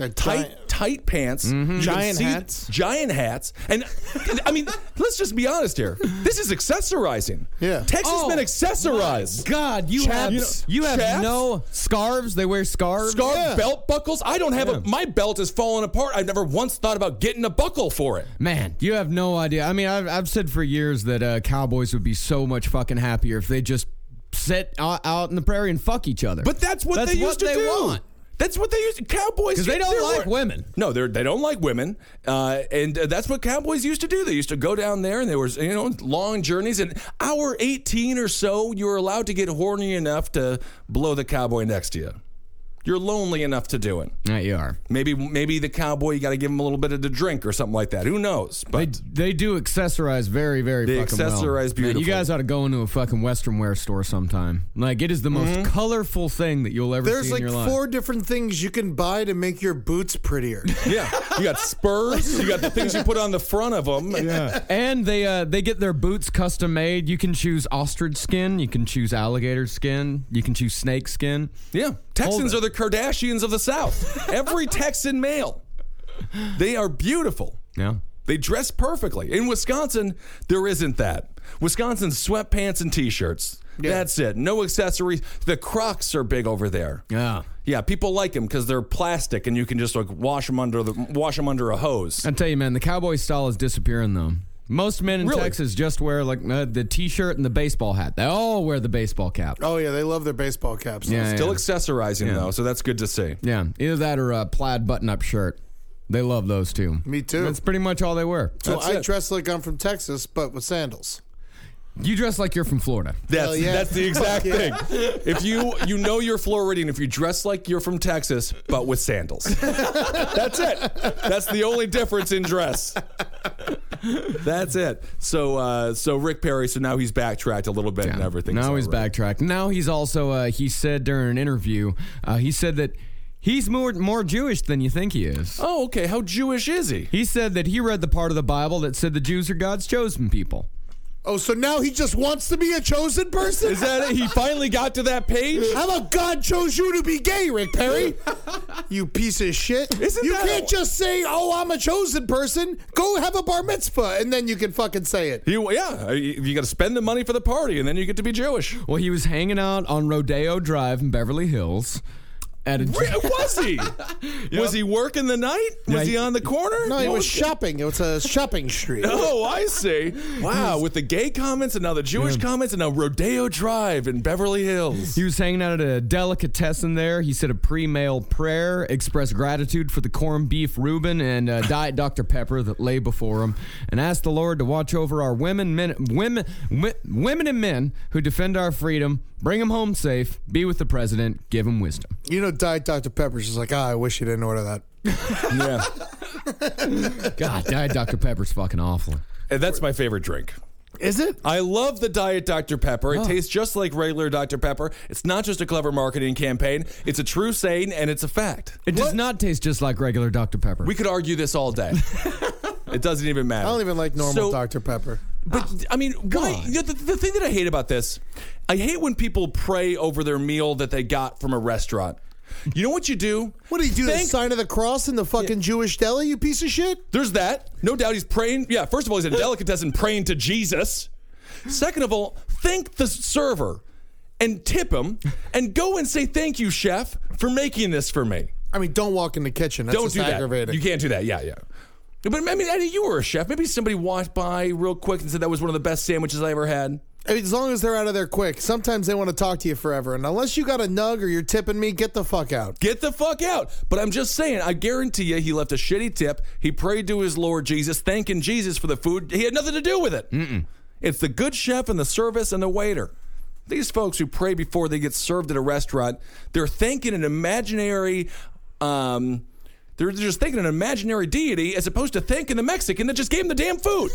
Speaker 1: A
Speaker 2: Tight,
Speaker 1: giant-
Speaker 2: tight pants, You can
Speaker 1: Mm-hmm. Giant
Speaker 2: see-
Speaker 1: hats.
Speaker 2: giant hats, and and, I mean, let's just be honest here. This is accessorizing.
Speaker 1: Yeah.
Speaker 2: Texas has
Speaker 3: Oh,
Speaker 2: been accessorized.
Speaker 3: God, you
Speaker 2: Chaps.
Speaker 3: have you have
Speaker 2: Chaps?
Speaker 3: no scarves. They wear scarves.
Speaker 2: scarf belt buckles. I don't have a my belt is falling apart. I've never once thought about getting a buckle for it.
Speaker 3: Man, you have no idea. I mean, I've, I've said for years that uh, cowboys would be so much fucking happier if they just sit out, out in the prairie and fuck each other.
Speaker 2: But that's what they used to
Speaker 3: they
Speaker 2: do.
Speaker 3: want.
Speaker 2: That's what they used. Cowboys
Speaker 3: 'Cause they don't
Speaker 2: there
Speaker 3: like women.
Speaker 2: No, they they don't like women, uh, and uh, that's what cowboys used to do. They used to go down there, and there was you know long journeys. And hour eighteen or so, you were allowed to get horny enough to blow the cowboy next to you. You're lonely enough to do it.
Speaker 3: Yeah, you are.
Speaker 2: Maybe maybe the cowboy you got to give him a little bit of the drink or something like that. Who knows?
Speaker 3: They,
Speaker 2: But
Speaker 3: they do accessorize very, very
Speaker 2: They
Speaker 3: fucking well.
Speaker 2: accessorize
Speaker 3: Man,
Speaker 2: beautifully.
Speaker 3: you guys ought to go into a fucking Western wear store sometime. Like, it is the most colorful thing that you'll ever
Speaker 1: There's
Speaker 3: see in
Speaker 1: like
Speaker 3: your life.
Speaker 1: four different things you can buy to make your boots prettier.
Speaker 2: Yeah, you got spurs. You got the things you put on the front of them. Yeah,
Speaker 3: And they uh, they get their boots custom made. You can choose ostrich skin, you can choose alligator skin, you can choose snake skin.
Speaker 2: Texans
Speaker 3: Hold it.
Speaker 2: are the Kardashians of the South. Every Texan male, they are beautiful.
Speaker 3: Yeah.
Speaker 2: They dress perfectly. In Wisconsin, there isn't that. Wisconsin's sweatpants and t-shirts. That's it. No accessories. The Crocs are big over there.
Speaker 3: Yeah.
Speaker 2: Yeah, people like them because they're plastic, and you can just like wash them under the wash them under a hose.
Speaker 3: I tell you, man, the cowboy style is disappearing though. Most men in
Speaker 2: Really?
Speaker 3: Texas just wear like uh, the t-shirt and the baseball hat. They all wear the baseball cap.
Speaker 1: Oh yeah, they love their baseball caps.
Speaker 3: yeah,
Speaker 2: Still
Speaker 3: yeah.
Speaker 2: accessorizing though, so that's good to see.
Speaker 3: yeah, either that or a plaid button-up shirt. They love those too.
Speaker 1: Me too.
Speaker 3: That's pretty much all they wear.
Speaker 1: so I
Speaker 2: it.
Speaker 1: dress like I'm from Texas, but with sandals.
Speaker 3: You dress like you're from Florida.
Speaker 2: That's
Speaker 1: yeah.
Speaker 2: that's the exact thing. If you you know you're Floridian if you dress like you're from Texas but with sandals. that's it. That's the only difference in dress. That's it. So uh, so Rick Perry. So now he's backtracked a little bit and
Speaker 3: Yeah.
Speaker 2: everything.
Speaker 3: Now he's backtracked. Now he's also uh, he said during an interview, uh, he said that he's more more Jewish than you think he is.
Speaker 2: Oh, okay. How Jewish is he?
Speaker 3: He said that he read the part of the Bible that said the Jews are God's chosen people.
Speaker 1: Oh, so now he just wants to be a chosen person?
Speaker 2: Is that it? He finally got to that page.
Speaker 1: How about God chose you to be gay, Rick Perry? you piece of shit.
Speaker 2: Isn't
Speaker 1: you
Speaker 2: that
Speaker 1: can't
Speaker 2: a-
Speaker 1: just say, oh, I'm a chosen person. Go have a bar mitzvah, and then you can fucking say it.
Speaker 2: He, yeah, uh, you, you got to spend the money for the party, and then you get to be Jewish.
Speaker 3: Well, he was hanging out on Rodeo Drive in Beverly Hills. At a,
Speaker 2: Where- Was he? Was he working the night? Was
Speaker 3: Yeah,
Speaker 2: he
Speaker 3: he-
Speaker 2: on the corner?
Speaker 1: No, he
Speaker 2: What
Speaker 1: was shopping. It was a shopping street.
Speaker 2: Oh, I see. Wow, with the gay comments and now the Jewish comments and now Rodeo Drive in Beverly Hills.
Speaker 3: he was hanging out at a delicatessen there. He said a pre-mail prayer, expressed gratitude for the corned beef Reuben and uh, Diet Dr Pepper that lay before him, and asked the Lord to watch over our women, men, women, wi- women and men who defend our freedom, bring them home safe, be with the president, give him wisdom.
Speaker 1: You know, Diet Dr. Pepper's just like, ah, I wish you didn't order that.
Speaker 2: yeah.
Speaker 3: God, Diet Dr Pepper's fucking awful.
Speaker 2: And that's my favorite drink.
Speaker 1: Is it?
Speaker 2: I love the Diet Dr. Pepper. It tastes just like regular Dr. Pepper. It's not just a clever marketing campaign, it's a true saying and it's a fact.
Speaker 3: It does not taste just like regular Dr Pepper.
Speaker 2: We could argue this all day. It doesn't even matter.
Speaker 1: I don't even like normal
Speaker 2: So-
Speaker 1: Dr. Pepper. Oh,
Speaker 2: But I mean, why? you know, the, the thing that I hate about this, I hate when people pray over their meal that they got from a restaurant. You know what you do?
Speaker 1: What do you do? the
Speaker 2: Thank-
Speaker 1: sign of the cross in the fucking Jewish deli, you piece of shit?
Speaker 2: There's that. No doubt he's praying. Yeah, first of all, he's a delicatessen praying to Jesus. Second of all, thank the server and tip him and go and say thank you, chef, for making this for me.
Speaker 1: I mean, don't walk in the kitchen. That's
Speaker 2: Don't
Speaker 1: just
Speaker 2: do that.
Speaker 1: aggravating.
Speaker 2: You can't do that. Yeah, yeah. But I mean, Eddie, you were a chef. Maybe somebody walked by real quick and said that was one of the best sandwiches I ever had.
Speaker 1: I mean, as long as they're out of there quick, sometimes they want to talk to you forever. And unless you got a nug or you're tipping me, get the fuck out.
Speaker 2: Get the fuck out. But I'm just saying, I guarantee you, he left a shitty tip. He prayed to his Lord Jesus, thanking Jesus for the food. He had nothing to do with it. It's the good chef and the service and the waiter. These folks who pray before they get served at a restaurant, they're thanking an imaginary. Um, they're they're just thanking an imaginary deity as opposed to thanking the Mexican that just gave him the damn food.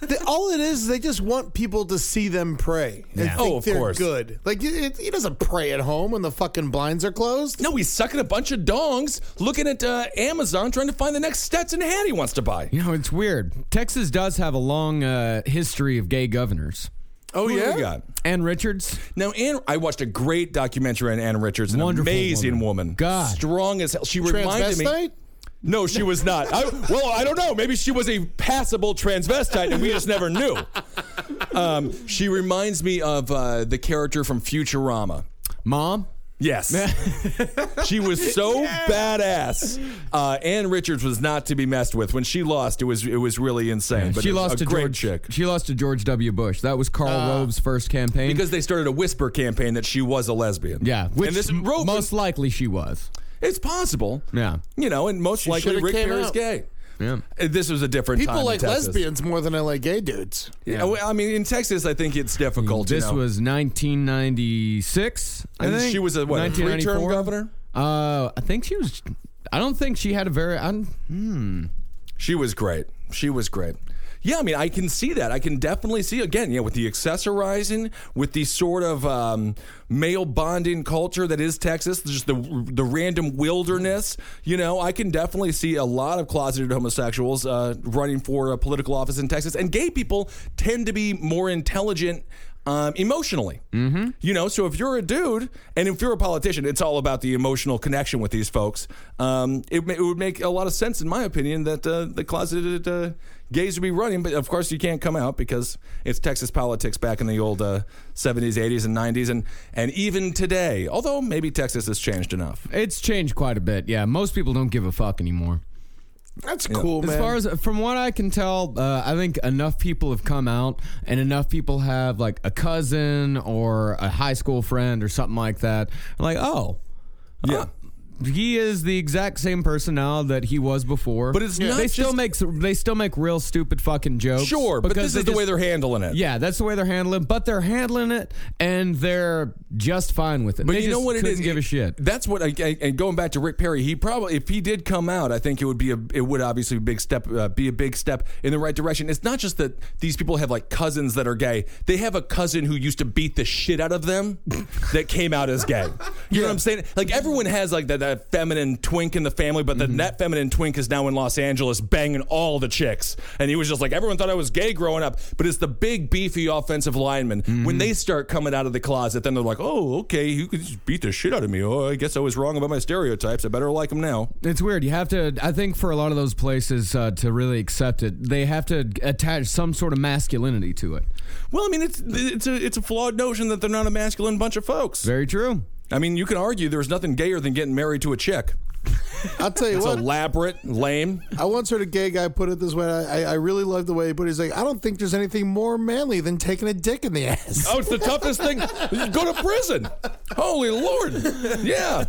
Speaker 1: They- all it is, they just want people to see them pray. And
Speaker 2: Yeah.
Speaker 1: think
Speaker 2: Oh, of
Speaker 1: they're
Speaker 2: course.
Speaker 1: good. Like, it, it- he doesn't pray at home when the fucking blinds are closed.
Speaker 2: no, he's sucking a bunch of dongs, looking at uh, Amazon, trying to find the next Stetson hat he wants to buy.
Speaker 3: You know, it's weird. Texas does have a long uh, history of gay governors.
Speaker 2: Oh yeah.
Speaker 3: Ann Richards,
Speaker 2: Now, Ann, I watched a great documentary on Ann Richards, an
Speaker 3: Wonderful
Speaker 2: amazing
Speaker 3: woman.
Speaker 2: woman.
Speaker 3: God.
Speaker 2: strong as hell. She reminded me.
Speaker 1: Transvestite?
Speaker 2: No, she was not. I, well, I don't know. Maybe she was a passable transvestite, and we just never knew. Um, she reminds me of uh, the character from Futurama.
Speaker 3: mom.
Speaker 2: Yes, she was so badass. Uh, Ann Richards was not to be messed with. When she lost, it was it was really insane. but
Speaker 3: she
Speaker 2: it was
Speaker 3: lost
Speaker 2: a
Speaker 3: to
Speaker 2: great
Speaker 3: George.
Speaker 2: chick Uh,
Speaker 3: She lost to George W. Bush. That was Karl Rove's first campaign.
Speaker 2: because they started a whisper campaign that she was a lesbian.
Speaker 3: yeah, which
Speaker 2: and this
Speaker 3: m-
Speaker 2: Rove
Speaker 3: most likely she was.
Speaker 2: It's possible.
Speaker 3: Yeah.
Speaker 2: You know, and most likely
Speaker 1: should've
Speaker 2: Rick
Speaker 1: came
Speaker 2: Perry's
Speaker 1: out.
Speaker 2: gay.
Speaker 3: Yeah.
Speaker 2: Uh, This was a different time
Speaker 1: People
Speaker 2: in
Speaker 1: like
Speaker 2: Texas.
Speaker 1: lesbians more than I like gay dudes.
Speaker 2: Yeah, well, I mean, in Texas, I think it's difficult. you
Speaker 3: This
Speaker 2: know.
Speaker 3: was 1996. I
Speaker 2: And
Speaker 3: think.
Speaker 2: she was a what? Three term
Speaker 3: 1994?
Speaker 2: governor.
Speaker 3: Uh, I think she was. I don't think she had a very. I don't-
Speaker 2: She was great. She was great. Yeah, I mean, I can see that. I can definitely see again. Yeah, with the accessorizing, with the sort of um, male bonding culture that is Texas, just the the random wilderness. You know, I can definitely see a lot of closeted homosexuals uh, running for a political office in Texas, and gay people tend to be more intelligent. Um, emotionally, mm-hmm. you know. So if you're a dude and if you're a politician, it's all about the emotional connection with these folks. Um, it, ma- it would make a lot of sense, in my opinion, that uh, the closeted uh, gays would be running. But of course, you can't come out because it's Texas politics back in the old uh, 70s, 80s, and 90s, and and even today. Although maybe Texas has changed enough.
Speaker 3: It's changed quite a bit. Yeah, most people don't give a fuck anymore.
Speaker 1: That's cool, man.
Speaker 3: As far as from what I can tell, uh, I think enough people have come out, and enough people have like a cousin or a high school friend or something like that. Like, oh,
Speaker 2: Yeah.
Speaker 3: he is the exact same person now that he was before.
Speaker 2: But it's Yeah. not
Speaker 3: they still
Speaker 2: just-
Speaker 3: make they still make real stupid fucking jokes.
Speaker 2: Sure, but this
Speaker 3: they
Speaker 2: is the
Speaker 3: just-
Speaker 2: way they're handling it.
Speaker 3: Yeah, that's the way they're handling. But they're handling it, and they're just fine with it.
Speaker 2: But
Speaker 3: They
Speaker 2: you know
Speaker 3: just
Speaker 2: what it
Speaker 3: couldn't
Speaker 2: is?
Speaker 3: Give a
Speaker 2: It-
Speaker 3: shit.
Speaker 2: That's what. I, I, and going back to Rick Perry, he probably, if he did come out, I think it would be a, it would obviously be a big step, uh, be a big step in the right direction. It's not just that these people have like cousins that are gay. They have a cousin who used to beat the shit out of them, that came out as gay. You know what I'm saying? Like everyone has like that, that feminine twink in the family, but then that feminine twink is now in Los Angeles banging all the chicks, and he was just like everyone thought I was gay growing up. But it's the big beefy offensive linemen when they start coming out of the closet, then they're like, oh okay, you could just beat the shit out of me. Oh, I guess I was wrong about my stereotypes. I better like him now.
Speaker 3: It's weird. You have to. I think for a lot of those places uh, to really accept it, they have to attach some sort of masculinity to it.
Speaker 2: Well, I mean, it's it's a it's a flawed notion that they're not a masculine bunch of folks.
Speaker 3: Very true.
Speaker 2: I mean, you can argue there's nothing gayer than getting married to a chick.
Speaker 1: I'll tell you
Speaker 2: It's
Speaker 1: what.
Speaker 2: elaborate, lame.
Speaker 1: I once heard a gay guy put it this way. I, I- I really love the way he put it. He's like, I don't think there's anything more manly than taking a dick in the ass.
Speaker 2: Oh, it's the toughest thing. Go to prison. Holy Lord. Yeah.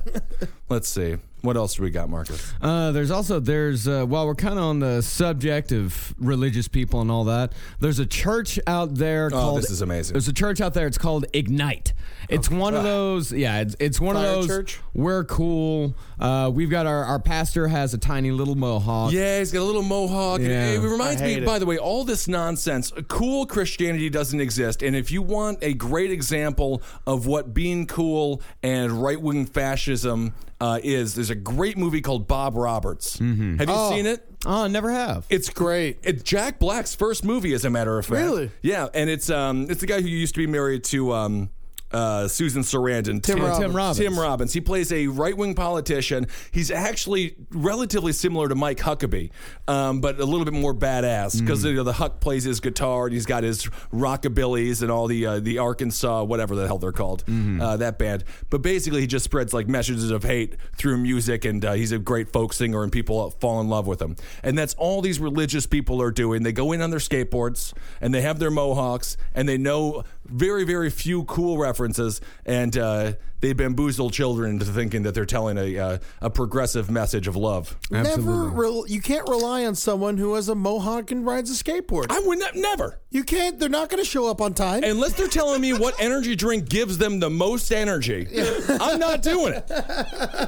Speaker 2: Let's see. What else do we got, Marcus?
Speaker 3: Uh, there's also there's uh, while we're kind of on the subject of religious people and all that, there's a church out there
Speaker 2: Oh,
Speaker 3: called.
Speaker 2: this is amazing.
Speaker 3: There's a church out there. It's called Ignite. It's one of those. Yeah, it's, it's one
Speaker 1: Fire
Speaker 3: of those.
Speaker 1: church?
Speaker 3: We're cool. Uh, we've got our our pastor has a tiny little mohawk.
Speaker 2: Yeah, he's got a little mohawk. and
Speaker 3: Yeah.
Speaker 2: it, it reminds
Speaker 1: I
Speaker 2: me,
Speaker 1: hate
Speaker 2: by
Speaker 1: it.
Speaker 2: the way, all this nonsense. Cool Christianity doesn't exist. And if you want a great example of what being cool and right wing fascism uh, is, there's There's a great movie called Bob Roberts. Have you seen it?
Speaker 3: Oh, I never have.
Speaker 2: It's great. It's Jack Black's first movie, as a matter of fact.
Speaker 1: Really?
Speaker 2: Yeah, and it's um, it's the guy who used to be married to um, uh, Susan Sarandon. Tim,
Speaker 1: Robbins. Tim
Speaker 3: Robbins.
Speaker 2: Tim Robbins. He plays a right wing politician. He's actually relatively similar to Mike Huckabee, um, but a little bit more badass because
Speaker 1: Hmm.
Speaker 2: you know, the Huck plays his guitar and he's got his rockabillys and all the uh, the Arkansas whatever the hell they're called
Speaker 1: Mm-hmm.
Speaker 2: uh, that band. But basically, he just spreads like messages of hate through music, and uh, he's a great folk singer, and people fall in love with him. And that's all these religious people are doing. They go in on their skateboards and they have their mohawks and they know very very few cool references and. Uh, they bamboozle children into thinking that they're telling a uh, a progressive message of love.
Speaker 1: Never, rel you can't rely on someone who has a mohawk and rides a skateboard.
Speaker 2: I would not, never,
Speaker 1: you can't. They're not going to show up on time.
Speaker 2: unless they're telling me what energy drink gives them the most energy. I'm not doing it.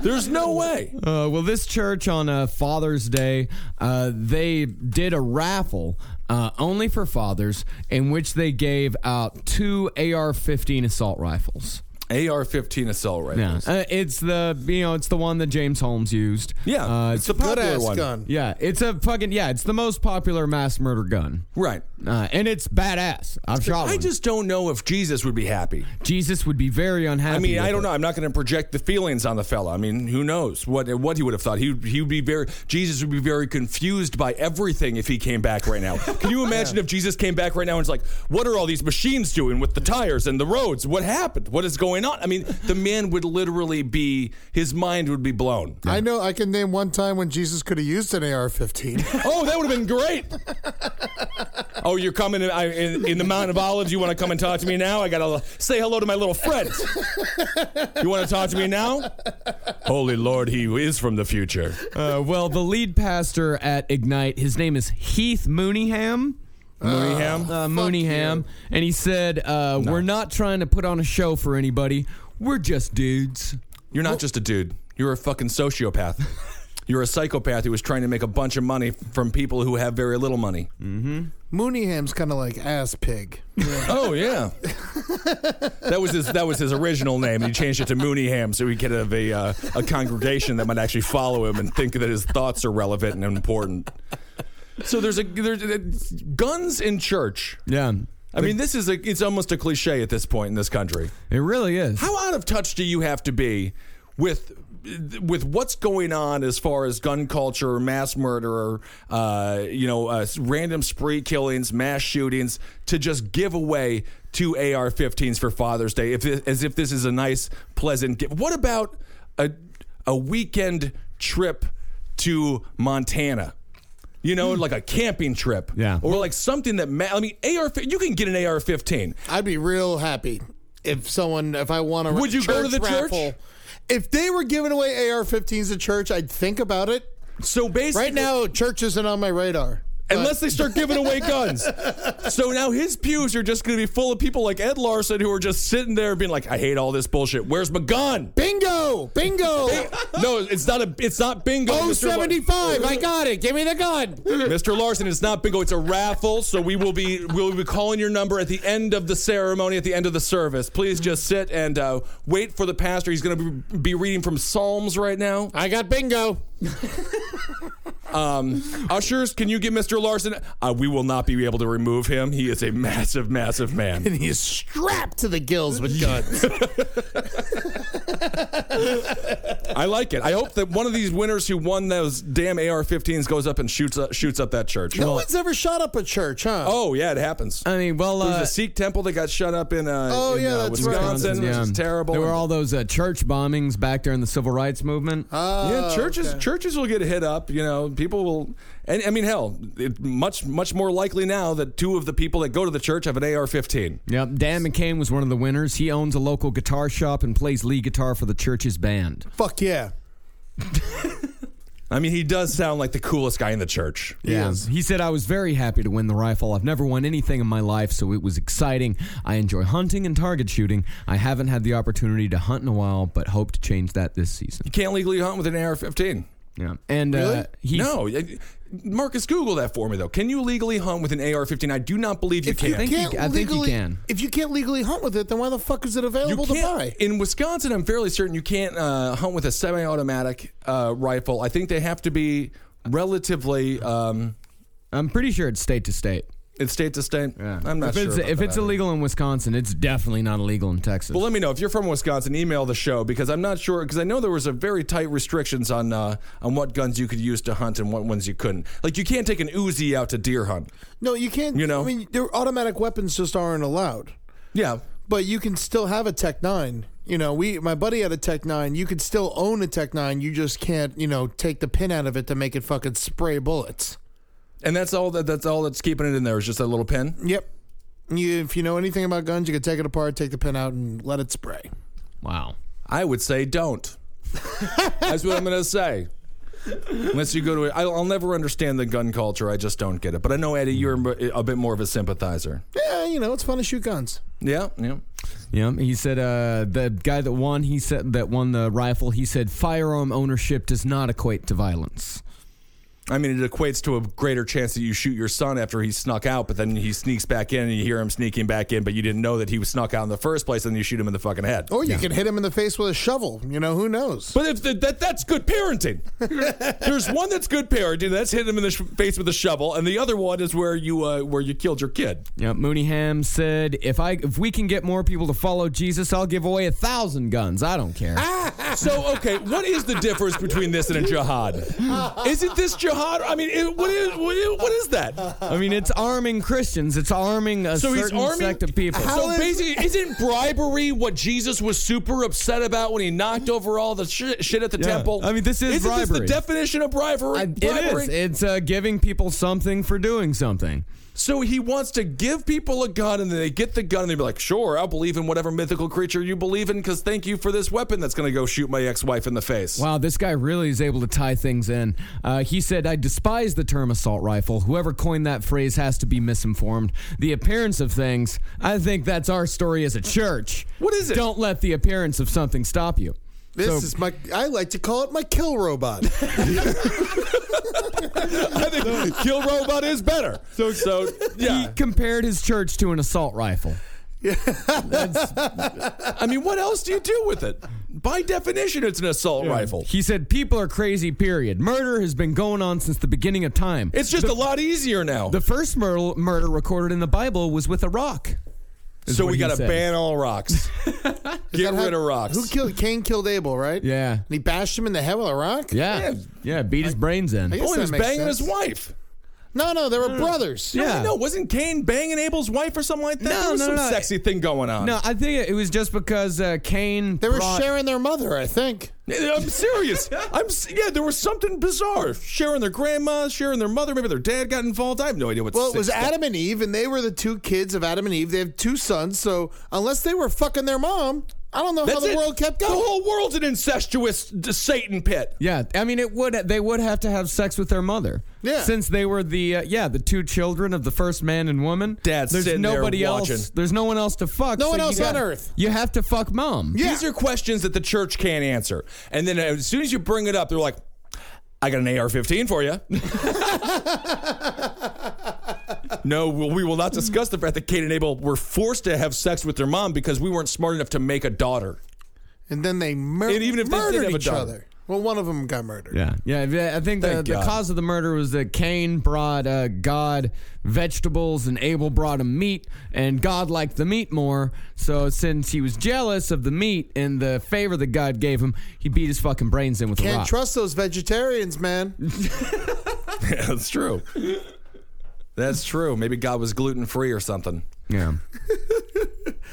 Speaker 2: There's no way.
Speaker 3: Uh, well, this church on uh, Father's Day, uh, they did a raffle uh, only for fathers, in which they gave out two AR-15 assault rifles.
Speaker 2: AR-15 assault
Speaker 3: Yeah,
Speaker 2: rifles.
Speaker 3: uh, it's the you know it's the one that James Holmes used.
Speaker 2: Yeah,
Speaker 3: uh,
Speaker 2: it's the
Speaker 1: Good
Speaker 2: popular
Speaker 1: ass
Speaker 2: one.
Speaker 1: gun.
Speaker 3: yeah, it's a fucking yeah, it's the most popular mass murder gun.
Speaker 2: Right.
Speaker 3: Uh, and it's badass. I've shot
Speaker 2: I
Speaker 3: one.
Speaker 2: just don't know if Jesus would be happy.
Speaker 3: Jesus would be very unhappy.
Speaker 2: I mean,
Speaker 3: with
Speaker 2: I don't
Speaker 3: it.
Speaker 2: know. I'm not going to project the feelings on the fella. I mean, who knows what what he would have thought? He would- he would be very Jesus would be very confused by everything if he came back right now. Can you imagine if Jesus came back right now and was like, "What are all these machines doing with the tires and the roads? What happened? What is going on?" I mean, the man would literally be his mind would be blown.
Speaker 1: I know. I can name one time when Jesus could have used an AR-15.
Speaker 2: Oh, that would have been great. Oh, you're coming in, I, in, in the Mountain of Olives. You want to come and talk to me now? I gotta say hello to my little friend. You want to talk to me now? Holy Lord, he is from the future.
Speaker 3: Uh, well, the lead pastor at Ignite, his name is Heath Mooneyham.
Speaker 2: Mooneyham.
Speaker 3: uh, Mooneyham, and he said, uh, "We're not trying to put on a show for anybody. We're just dudes."
Speaker 2: You're not just a dude. You're a fucking sociopath. You're a psychopath who is trying to make a bunch of money from people who have very little money.
Speaker 1: Mooneyham's kind of like ass pig.
Speaker 2: Oh yeah, that was his. That was his original name. He changed it to Mooneyham so he could have a uh, a congregation that might actually follow him and think that his thoughts are relevant and important. So there's a there's uh, guns in church.
Speaker 3: Yeah,
Speaker 2: I mean, this is a it's almost a cliche at this point in this country.
Speaker 3: it really is.
Speaker 2: How out of touch do you have to be with with what's going on as far as gun culture, mass murder, uh, you know, uh, random spree killings, mass shootings, to just give away two AR-15s for Father's Day, if thi- as if this is a nice, pleasant gift? What about a a weekend trip to Montana? You know, like
Speaker 1: Hmm.
Speaker 2: a camping trip,
Speaker 3: Yeah.
Speaker 2: or like something that ma- I mean, AR. You can get an AR-15.
Speaker 1: I'd be real happy if someone, if I want to.
Speaker 2: Would you go to the church?
Speaker 1: If they were giving away AR-15s at church, I'd think about it.
Speaker 2: So basically,
Speaker 1: Right now, church isn't on my radar.
Speaker 2: Unless they start giving away guns. So now his pews are just going to be full of people like Ed Larson who are just sitting there being like, I hate all this bullshit. Where's my gun?
Speaker 1: Bingo! Bingo!
Speaker 2: No, it's not a. It's not bingo. Mr. Lar-
Speaker 1: 075, Oh, I got it. Give me the gun.
Speaker 2: Mr. Larson, it's not bingo. It's a raffle. So we will be we'll be calling your number at the end of the ceremony, at the end of the service. Please just sit and uh, wait for the pastor. He's going to be, be reading from Psalms right now.
Speaker 1: I got bingo.
Speaker 2: Ushers, can you get Mr. Larson? Uh, we will not be able to remove him. He is a massive, massive man.
Speaker 1: And he's strapped to the gills with guns.
Speaker 2: I like it. I hope that one of these winners who won those damn AR-15s goes up and shoots up, shoots up that church.
Speaker 1: no one's ever shot up a church, huh?
Speaker 2: oh yeah, it happens.
Speaker 3: I mean, well,
Speaker 2: There's
Speaker 3: uh,
Speaker 2: a Sikh temple that got shut up in, uh,
Speaker 1: Oh,
Speaker 2: in,
Speaker 1: yeah,
Speaker 2: uh,
Speaker 1: that's right.
Speaker 2: Wisconsin,
Speaker 3: yeah.
Speaker 2: which is terrible.
Speaker 3: There were all those uh, church bombings back during the civil rights movement.
Speaker 1: uh,
Speaker 2: yeah, churches churches will get hit up. You know, people will. And I mean, hell, it, much much more likely now that two of the people that go to the church have an AR-15.
Speaker 3: yep, Dan McCain was one of the winners. He owns a local guitar shop and plays lead guitar for the church's band.
Speaker 1: Fuck yeah.
Speaker 2: I mean, he does sound like the coolest guy in the church.
Speaker 3: Yeah. He said, I was very happy to win the rifle. I've never won anything in my life, so it was exciting. I enjoy hunting and target shooting. I haven't had the opportunity to hunt in a while, but hope to change that this season.
Speaker 2: You can't legally hunt with an AR-15.
Speaker 3: Yeah. And uh, he,
Speaker 2: No, it- Marcus, Google that for me though. Can you legally hunt with an AR-15? I do not believe you
Speaker 1: If
Speaker 2: can.
Speaker 1: you
Speaker 3: you
Speaker 1: can't
Speaker 3: ca- I think you
Speaker 1: legally,
Speaker 3: can.
Speaker 1: If you can't legally hunt with it, then why the fuck is it available to
Speaker 2: can't-
Speaker 1: buy?
Speaker 2: In Wisconsin, I'm fairly certain you can't uh, hunt with a semi-automatic uh, rifle. I think they have to be relatively. Um,
Speaker 3: I'm pretty sure it's state to state.
Speaker 2: it's state to state. I'm not
Speaker 3: if
Speaker 2: sure.
Speaker 3: It's,
Speaker 2: about
Speaker 3: if
Speaker 2: that
Speaker 3: it's
Speaker 2: either.
Speaker 3: illegal in Wisconsin, it's definitely not illegal in Texas.
Speaker 2: Well, let me know if you're from Wisconsin. Email the show because I'm not sure because I know there was a very tight restrictions on uh, on what guns you could use to hunt and what ones you couldn't. Like you can't take an Uzi out to deer hunt.
Speaker 1: No, you can't.
Speaker 2: You know?
Speaker 1: I mean, their automatic weapons just aren't allowed.
Speaker 2: Yeah,
Speaker 1: But you can still have a Tech Nine. You know, we my buddy had a Tech Nine. You could still own a Tech Nine. You just can't, you know, take the pin out of it to make it fucking spray bullets.
Speaker 2: and that's all that that's all that's keeping it in there is just that little pin.
Speaker 1: Yep. You, if you know anything about guns, you could take it apart, take the pin out, and let it spray.
Speaker 3: wow.
Speaker 2: I would say don't. That's what I'm going to say. Unless you go to, I'll, I'll never understand the gun culture. I just don't get it. But I know Eddie, you're a bit more of a sympathizer.
Speaker 1: Yeah, you know, it's fun to shoot guns.
Speaker 2: Yeah, yeah.
Speaker 3: Yeah, he said uh, the guy that won. He said that won the rifle. He said firearm ownership does not equate to violence.
Speaker 2: I mean, it equates to a greater chance that you shoot your son after he snuck out, but then he sneaks back in, and you hear him sneaking back in, but you didn't know that he was snuck out in the first place, and you shoot him in the fucking head.
Speaker 1: Or you can hit him in the face with a shovel. You know, who knows?
Speaker 2: But if the, that that's good parenting. There's one that's good parenting. That's hit him in the sh- face with a shovel, and the other one is where you uh, where you killed your kid.
Speaker 3: Yeah, Mooney Ham said if I if we can get more people to follow Jesus, I'll give away a thousand guns. I don't care.
Speaker 2: So okay, what is the difference between this and a jihad? Isn't this jihad? I mean, it, what is what is, what is that?
Speaker 3: I mean, it's arming Christians. It's arming a
Speaker 2: So he's
Speaker 3: certain
Speaker 2: arming-
Speaker 3: sect of people.
Speaker 2: so basically, isn't bribery what Jesus was super upset about when he knocked over all the sh- shit at the
Speaker 3: Yeah.
Speaker 2: temple?
Speaker 3: I mean, this is
Speaker 2: isn't This the
Speaker 3: bribery.
Speaker 2: definition of bribery.
Speaker 3: I- it
Speaker 2: bribery?
Speaker 3: is. It's uh, giving people something for doing something.
Speaker 2: So he wants to give people a gun, and then they get the gun, and they be like, "Sure, I'll believe in whatever mythical creature you believe in, because thank you for this weapon that's going to go shoot my ex-wife in the face."
Speaker 3: Wow, this guy really is able to tie things in. Uh, he said, I despise the term assault rifle. Whoever coined that phrase has to be misinformed. The appearance of things, I think that's our story as a church.
Speaker 2: What is it?
Speaker 3: Don't let the appearance of something stop you.
Speaker 1: This
Speaker 3: So-
Speaker 1: is my, I like to call it my kill robot.
Speaker 2: I think Kill Robot is better. So, so yeah.
Speaker 3: He compared his church to an assault rifle.
Speaker 2: I mean, what else do you do with it? By definition, it's an assault rifle.
Speaker 3: He said, People are crazy, period. Murder has been going on since the beginning of time.
Speaker 2: It's just a lot easier now.
Speaker 3: the first murder, murder recorded in the Bible was with a rock. is
Speaker 2: so
Speaker 3: what
Speaker 2: we
Speaker 3: he
Speaker 2: got to
Speaker 3: said.
Speaker 2: ban all rocks. Get rid of rocks.
Speaker 1: Who killed Cain? Killed Abel, right?
Speaker 3: Yeah.
Speaker 1: And he bashed him in the head with a rock.
Speaker 3: Yeah.
Speaker 2: Yeah.
Speaker 3: Yeah, beat his brains in.
Speaker 1: I guess
Speaker 2: Oh, he
Speaker 1: that
Speaker 2: was
Speaker 1: makes
Speaker 2: banging
Speaker 1: sense.
Speaker 2: his wife.
Speaker 1: No, no, they were brothers.
Speaker 3: Yeah.
Speaker 2: No, wasn't Cain banging Abel's wife or something like that?
Speaker 3: No,
Speaker 2: there was
Speaker 3: no,
Speaker 2: some
Speaker 3: no.
Speaker 2: sexy thing going on.
Speaker 3: No, I think it was just because uh, Kane.
Speaker 1: They were
Speaker 3: brought-
Speaker 1: sharing their mother, I think.
Speaker 2: I'm serious. I'm s- yeah. There was something bizarre. Sharing their grandma, sharing their mother, maybe their dad got involved. I have no idea what.
Speaker 1: Well, it was
Speaker 2: sick stuff-
Speaker 1: Adam and Eve, and they were the two kids of Adam and Eve. They have two sons, so unless they were fucking their mom, I don't know how
Speaker 2: That's
Speaker 1: the
Speaker 2: it.
Speaker 1: world kept
Speaker 2: The
Speaker 1: going.
Speaker 2: whole world's an incestuous d- Satan pit.
Speaker 3: Yeah, I mean, it would. They would have to have sex with their mother.
Speaker 1: Yeah.
Speaker 3: since they were the uh, yeah the two children of the first man and woman.
Speaker 2: Dad's
Speaker 3: there's
Speaker 2: sitting there
Speaker 3: nobody else.
Speaker 2: watching.
Speaker 3: There's no one else to fuck.
Speaker 1: No
Speaker 3: so
Speaker 1: one
Speaker 3: you
Speaker 1: else
Speaker 3: got-
Speaker 1: on earth.
Speaker 3: You have to fuck mom.
Speaker 1: Yeah.
Speaker 2: These are questions that the church can't answer. And then as soon as you bring it up, they're like, I got an AR 15 for you. no, we we will not discuss the fact that Cain and Abel were forced to have sex with their mom because we weren't smart enough to make a daughter.
Speaker 1: and then they mur-
Speaker 2: And even if they did
Speaker 1: murdered
Speaker 2: have a
Speaker 1: each
Speaker 2: daughter.
Speaker 1: other. Well, one of them got murdered.
Speaker 3: Yeah, yeah. I- I think the,
Speaker 2: Thank
Speaker 3: the
Speaker 2: God.
Speaker 3: cause of the murder was that Cain brought uh, God vegetables and Abel brought him meat, and God liked the meat more. So since he was jealous of the meat and the favor that God gave him, he beat his fucking brains in with a
Speaker 1: Can't
Speaker 3: rock.
Speaker 1: trust those vegetarians, man.
Speaker 2: Yeah, that's true. That's true. Maybe God was gluten free or something.
Speaker 3: yeah.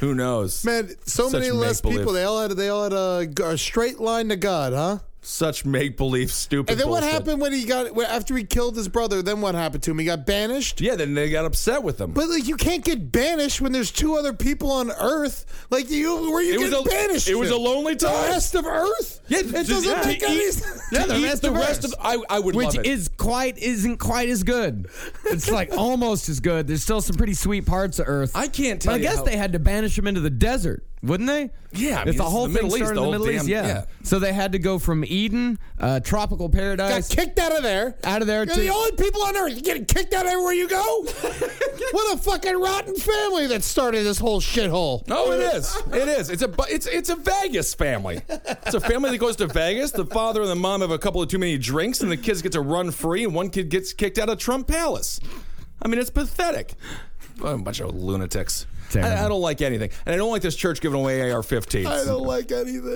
Speaker 2: Who knows?
Speaker 1: Man, so
Speaker 2: Such
Speaker 1: many less
Speaker 2: make-believe.
Speaker 1: people. They all had they all had a, g- a straight line to God, huh?
Speaker 2: Such make believe stupid.
Speaker 1: And then what
Speaker 2: bullshit.
Speaker 1: happened when he got when- after he killed his brother? Then what happened to him? He got banished.
Speaker 2: Yeah, then they got upset with them.
Speaker 1: But like, you can't get banished when there's two other people on Earth. Like you, where you
Speaker 2: It was
Speaker 1: get
Speaker 2: a-
Speaker 1: banished?
Speaker 2: it was
Speaker 1: to?
Speaker 2: a lonely time.
Speaker 1: The rest of Earth.
Speaker 2: Yeah,
Speaker 1: it doesn't
Speaker 2: yeah.
Speaker 1: make
Speaker 2: to
Speaker 1: any
Speaker 2: eat-
Speaker 1: sense.
Speaker 2: to
Speaker 3: the
Speaker 2: eat
Speaker 3: rest
Speaker 2: the
Speaker 3: of
Speaker 2: rest
Speaker 3: Earth.
Speaker 2: of I, I would
Speaker 3: which
Speaker 2: love it.
Speaker 3: is quite isn't quite as good. It's like almost as good. There's still some pretty sweet parts of Earth.
Speaker 2: I can't
Speaker 3: But
Speaker 2: tell
Speaker 3: I
Speaker 2: you
Speaker 3: guess
Speaker 2: how-
Speaker 3: they had to banish him into the desert. wouldn't they?
Speaker 2: Yeah, I mean,
Speaker 3: if
Speaker 2: this
Speaker 3: the
Speaker 2: is
Speaker 3: whole
Speaker 2: the
Speaker 3: thing
Speaker 2: Middle East,
Speaker 3: started
Speaker 2: the
Speaker 3: in the
Speaker 2: whole
Speaker 3: Middle East,
Speaker 2: damn-
Speaker 3: yeah.
Speaker 2: yeah.
Speaker 3: So they had to go from Eden, uh, tropical
Speaker 1: Got
Speaker 3: paradise,
Speaker 1: kicked out of there.
Speaker 3: out of there
Speaker 1: You're
Speaker 3: to
Speaker 1: the only people on earth getting kicked out everywhere you go. what a fucking rotten family that started this whole shithole.
Speaker 2: No, it is. It is. It's a bu- it's it's a Vegas family. It's a family that goes to Vegas. The father and the mom have a couple of too many drinks, and the kids get to run free, and one kid gets kicked out of Trump Palace. I mean, it's pathetic. What a bunch of lunatics. I, I don't like anything, and I don't like this church giving away AR-15s.
Speaker 1: like anything.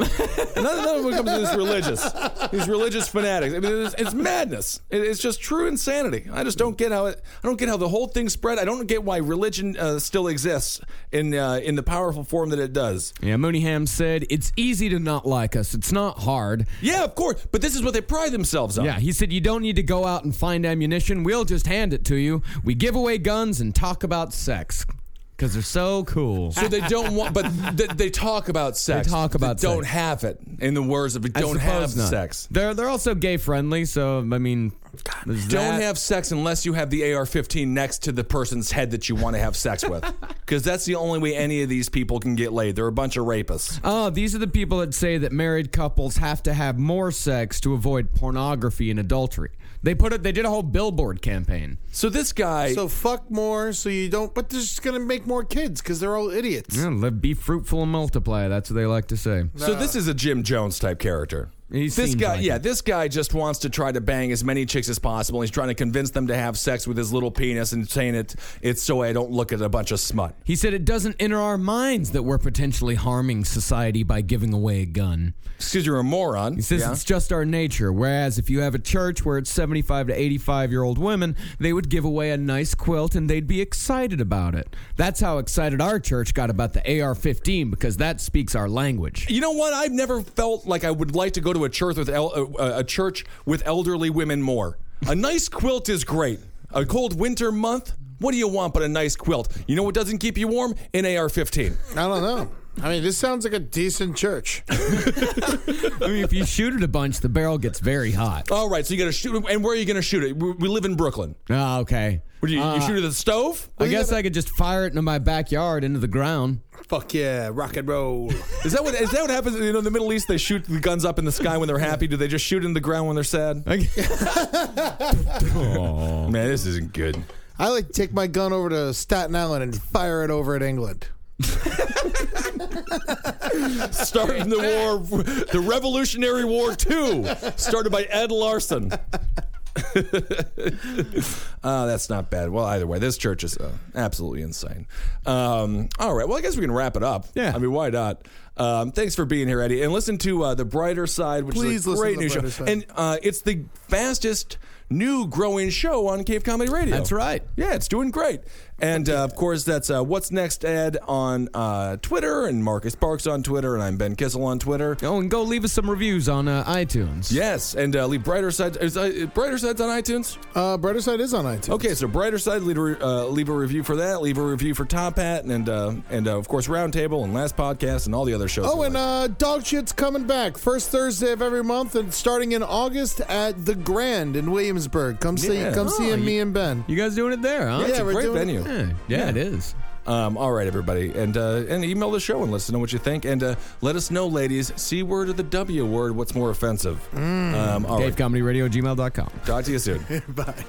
Speaker 2: None, none of them comes to this religious, these religious fanatics. I mean, it's, it's madness. It- it's just true insanity. I just don't get how it. I don't get how the whole thing spread. I don't get why religion uh, still exists in uh, in the powerful form that it does.
Speaker 3: Yeah, Mooneyham said, It's easy to not like us. It's not hard.
Speaker 2: Yeah, of course. But this is what they pride themselves on.
Speaker 3: Yeah, he said, You don't need to go out and find ammunition. We'll just hand it to you. We give away guns and talk about sex because they're so cool.
Speaker 2: So they don't want, but th- they talk about sex.
Speaker 3: talk about
Speaker 2: They don't
Speaker 3: sex.
Speaker 2: have it in the words of we
Speaker 3: I
Speaker 2: don't have
Speaker 3: suppose not.
Speaker 2: sex.
Speaker 3: They're, they're also gay friendly, so, I mean, there's
Speaker 2: Don't
Speaker 3: that.
Speaker 2: have sex unless you have the AR-15 next to the person's head that you want to have sex with, because that's the only way any of these people can get laid. They're a bunch of rapists.
Speaker 3: Oh, these are the people that say that married couples have to have more sex to avoid pornography and adultery. They put it. They did a whole billboard campaign.
Speaker 2: So this guy,
Speaker 1: So fuck more, so you don't. But they're just gonna make more kids because they're all idiots.
Speaker 3: Yeah, live, be fruitful and multiply. That's what they like to say.
Speaker 2: so this is a Jim Jones type character.
Speaker 3: He
Speaker 2: this
Speaker 3: seems
Speaker 2: guy,
Speaker 3: like
Speaker 2: yeah,
Speaker 3: it.
Speaker 2: this guy just wants to try to bang as many chicks as possible. He's trying to convince them to have sex with his little penis and saying it, it's so I don't look at a bunch of smut.
Speaker 3: He said it doesn't enter our minds that we're potentially harming society by giving away a gun.
Speaker 2: Because you're a moron.
Speaker 3: He says
Speaker 2: Yeah.
Speaker 3: it's just our nature. Whereas if you have a church where it's 75 to 85 year old women, they would give away a nice quilt and they'd be excited about it. That's how excited our church got about the AR 15 because that speaks our language.
Speaker 2: You know what? I've never felt like I would like to go to a church with el- uh, a, a church with elderly women more. A nice quilt is great. A cold winter month. What do you want but a nice quilt? You know what doesn't keep you warm? An AR-15.
Speaker 1: I don't know. I mean, this sounds like a decent church.
Speaker 3: I mean, if you shoot it a bunch, the barrel gets very hot.
Speaker 2: All right, so you got to shoot. And where are you going to shoot it? We, we live in Brooklyn.
Speaker 3: Oh, okay.
Speaker 2: What do you,
Speaker 3: Uh,
Speaker 2: you shoot it at the stove?
Speaker 3: I guess I could just fire it into my backyard into the ground.
Speaker 1: Fuck yeah, rock and roll.
Speaker 2: Is that what is that what happens? You know, in the Middle East, they shoot the guns up in the sky when they're happy. Do they just shoot in the ground when they're sad? Man, this isn't good.
Speaker 1: I like to take my gun over to Staten Island and fire it over at England.
Speaker 2: Starting the war, the Revolutionary War Two, started by Ed Larson. uh, that's not bad. Well, either way, this church is uh, absolutely insane. Um, all right. Well, I guess we can wrap it up.
Speaker 3: Yeah.
Speaker 2: I mean, why not? Um, thanks for being here, Eddie. And listen to uh, The Brighter Side, which
Speaker 1: Please
Speaker 2: is a
Speaker 1: listen
Speaker 2: great
Speaker 1: to
Speaker 2: new
Speaker 1: The
Speaker 2: show.
Speaker 1: Brighter Side.
Speaker 2: And uh, it's the fastest new growing show on Cave Comedy Radio.
Speaker 3: That's right.
Speaker 2: Yeah, it's doing great. And uh, of course, that's uh, What's Next Ed on uh, Twitter, and Marcus Barks on Twitter, and I'm Ben Kissel on Twitter.
Speaker 3: Oh, and go leave us some reviews on uh, iTunes.
Speaker 2: Yes, and uh, leave Brighter Side. Is uh, Brighter Side's on iTunes?
Speaker 1: Uh, Brighter Side is on iTunes.
Speaker 2: Okay, so brighter side, leave a, re- uh, leave a review for that. Leave a review for Top Hat, and uh, and uh, of course Roundtable and Last Podcast and all the other shows.
Speaker 1: Oh,
Speaker 2: we
Speaker 1: and
Speaker 2: like.
Speaker 1: uh, Dog Shit's coming back first Thursday of every month, and starting in August at the Grand in Williamsburg. Come see,
Speaker 2: Yeah.
Speaker 1: come see
Speaker 3: Oh,
Speaker 1: me
Speaker 3: you-
Speaker 1: and Ben.
Speaker 3: You guys doing it there, huh?
Speaker 2: it's
Speaker 1: yeah,
Speaker 2: a
Speaker 1: we're
Speaker 2: great
Speaker 1: doing-
Speaker 2: venue.
Speaker 3: Yeah, yeah, it is.
Speaker 2: Um, all right, everybody, and uh, and email the show and let us know what you think, and uh, let us know, ladies, c word or the
Speaker 1: Mm.
Speaker 2: w word, what's more offensive? Um, all right,
Speaker 3: DaveComedyRadio@gmail.com.
Speaker 2: talk to you soon.
Speaker 1: Bye.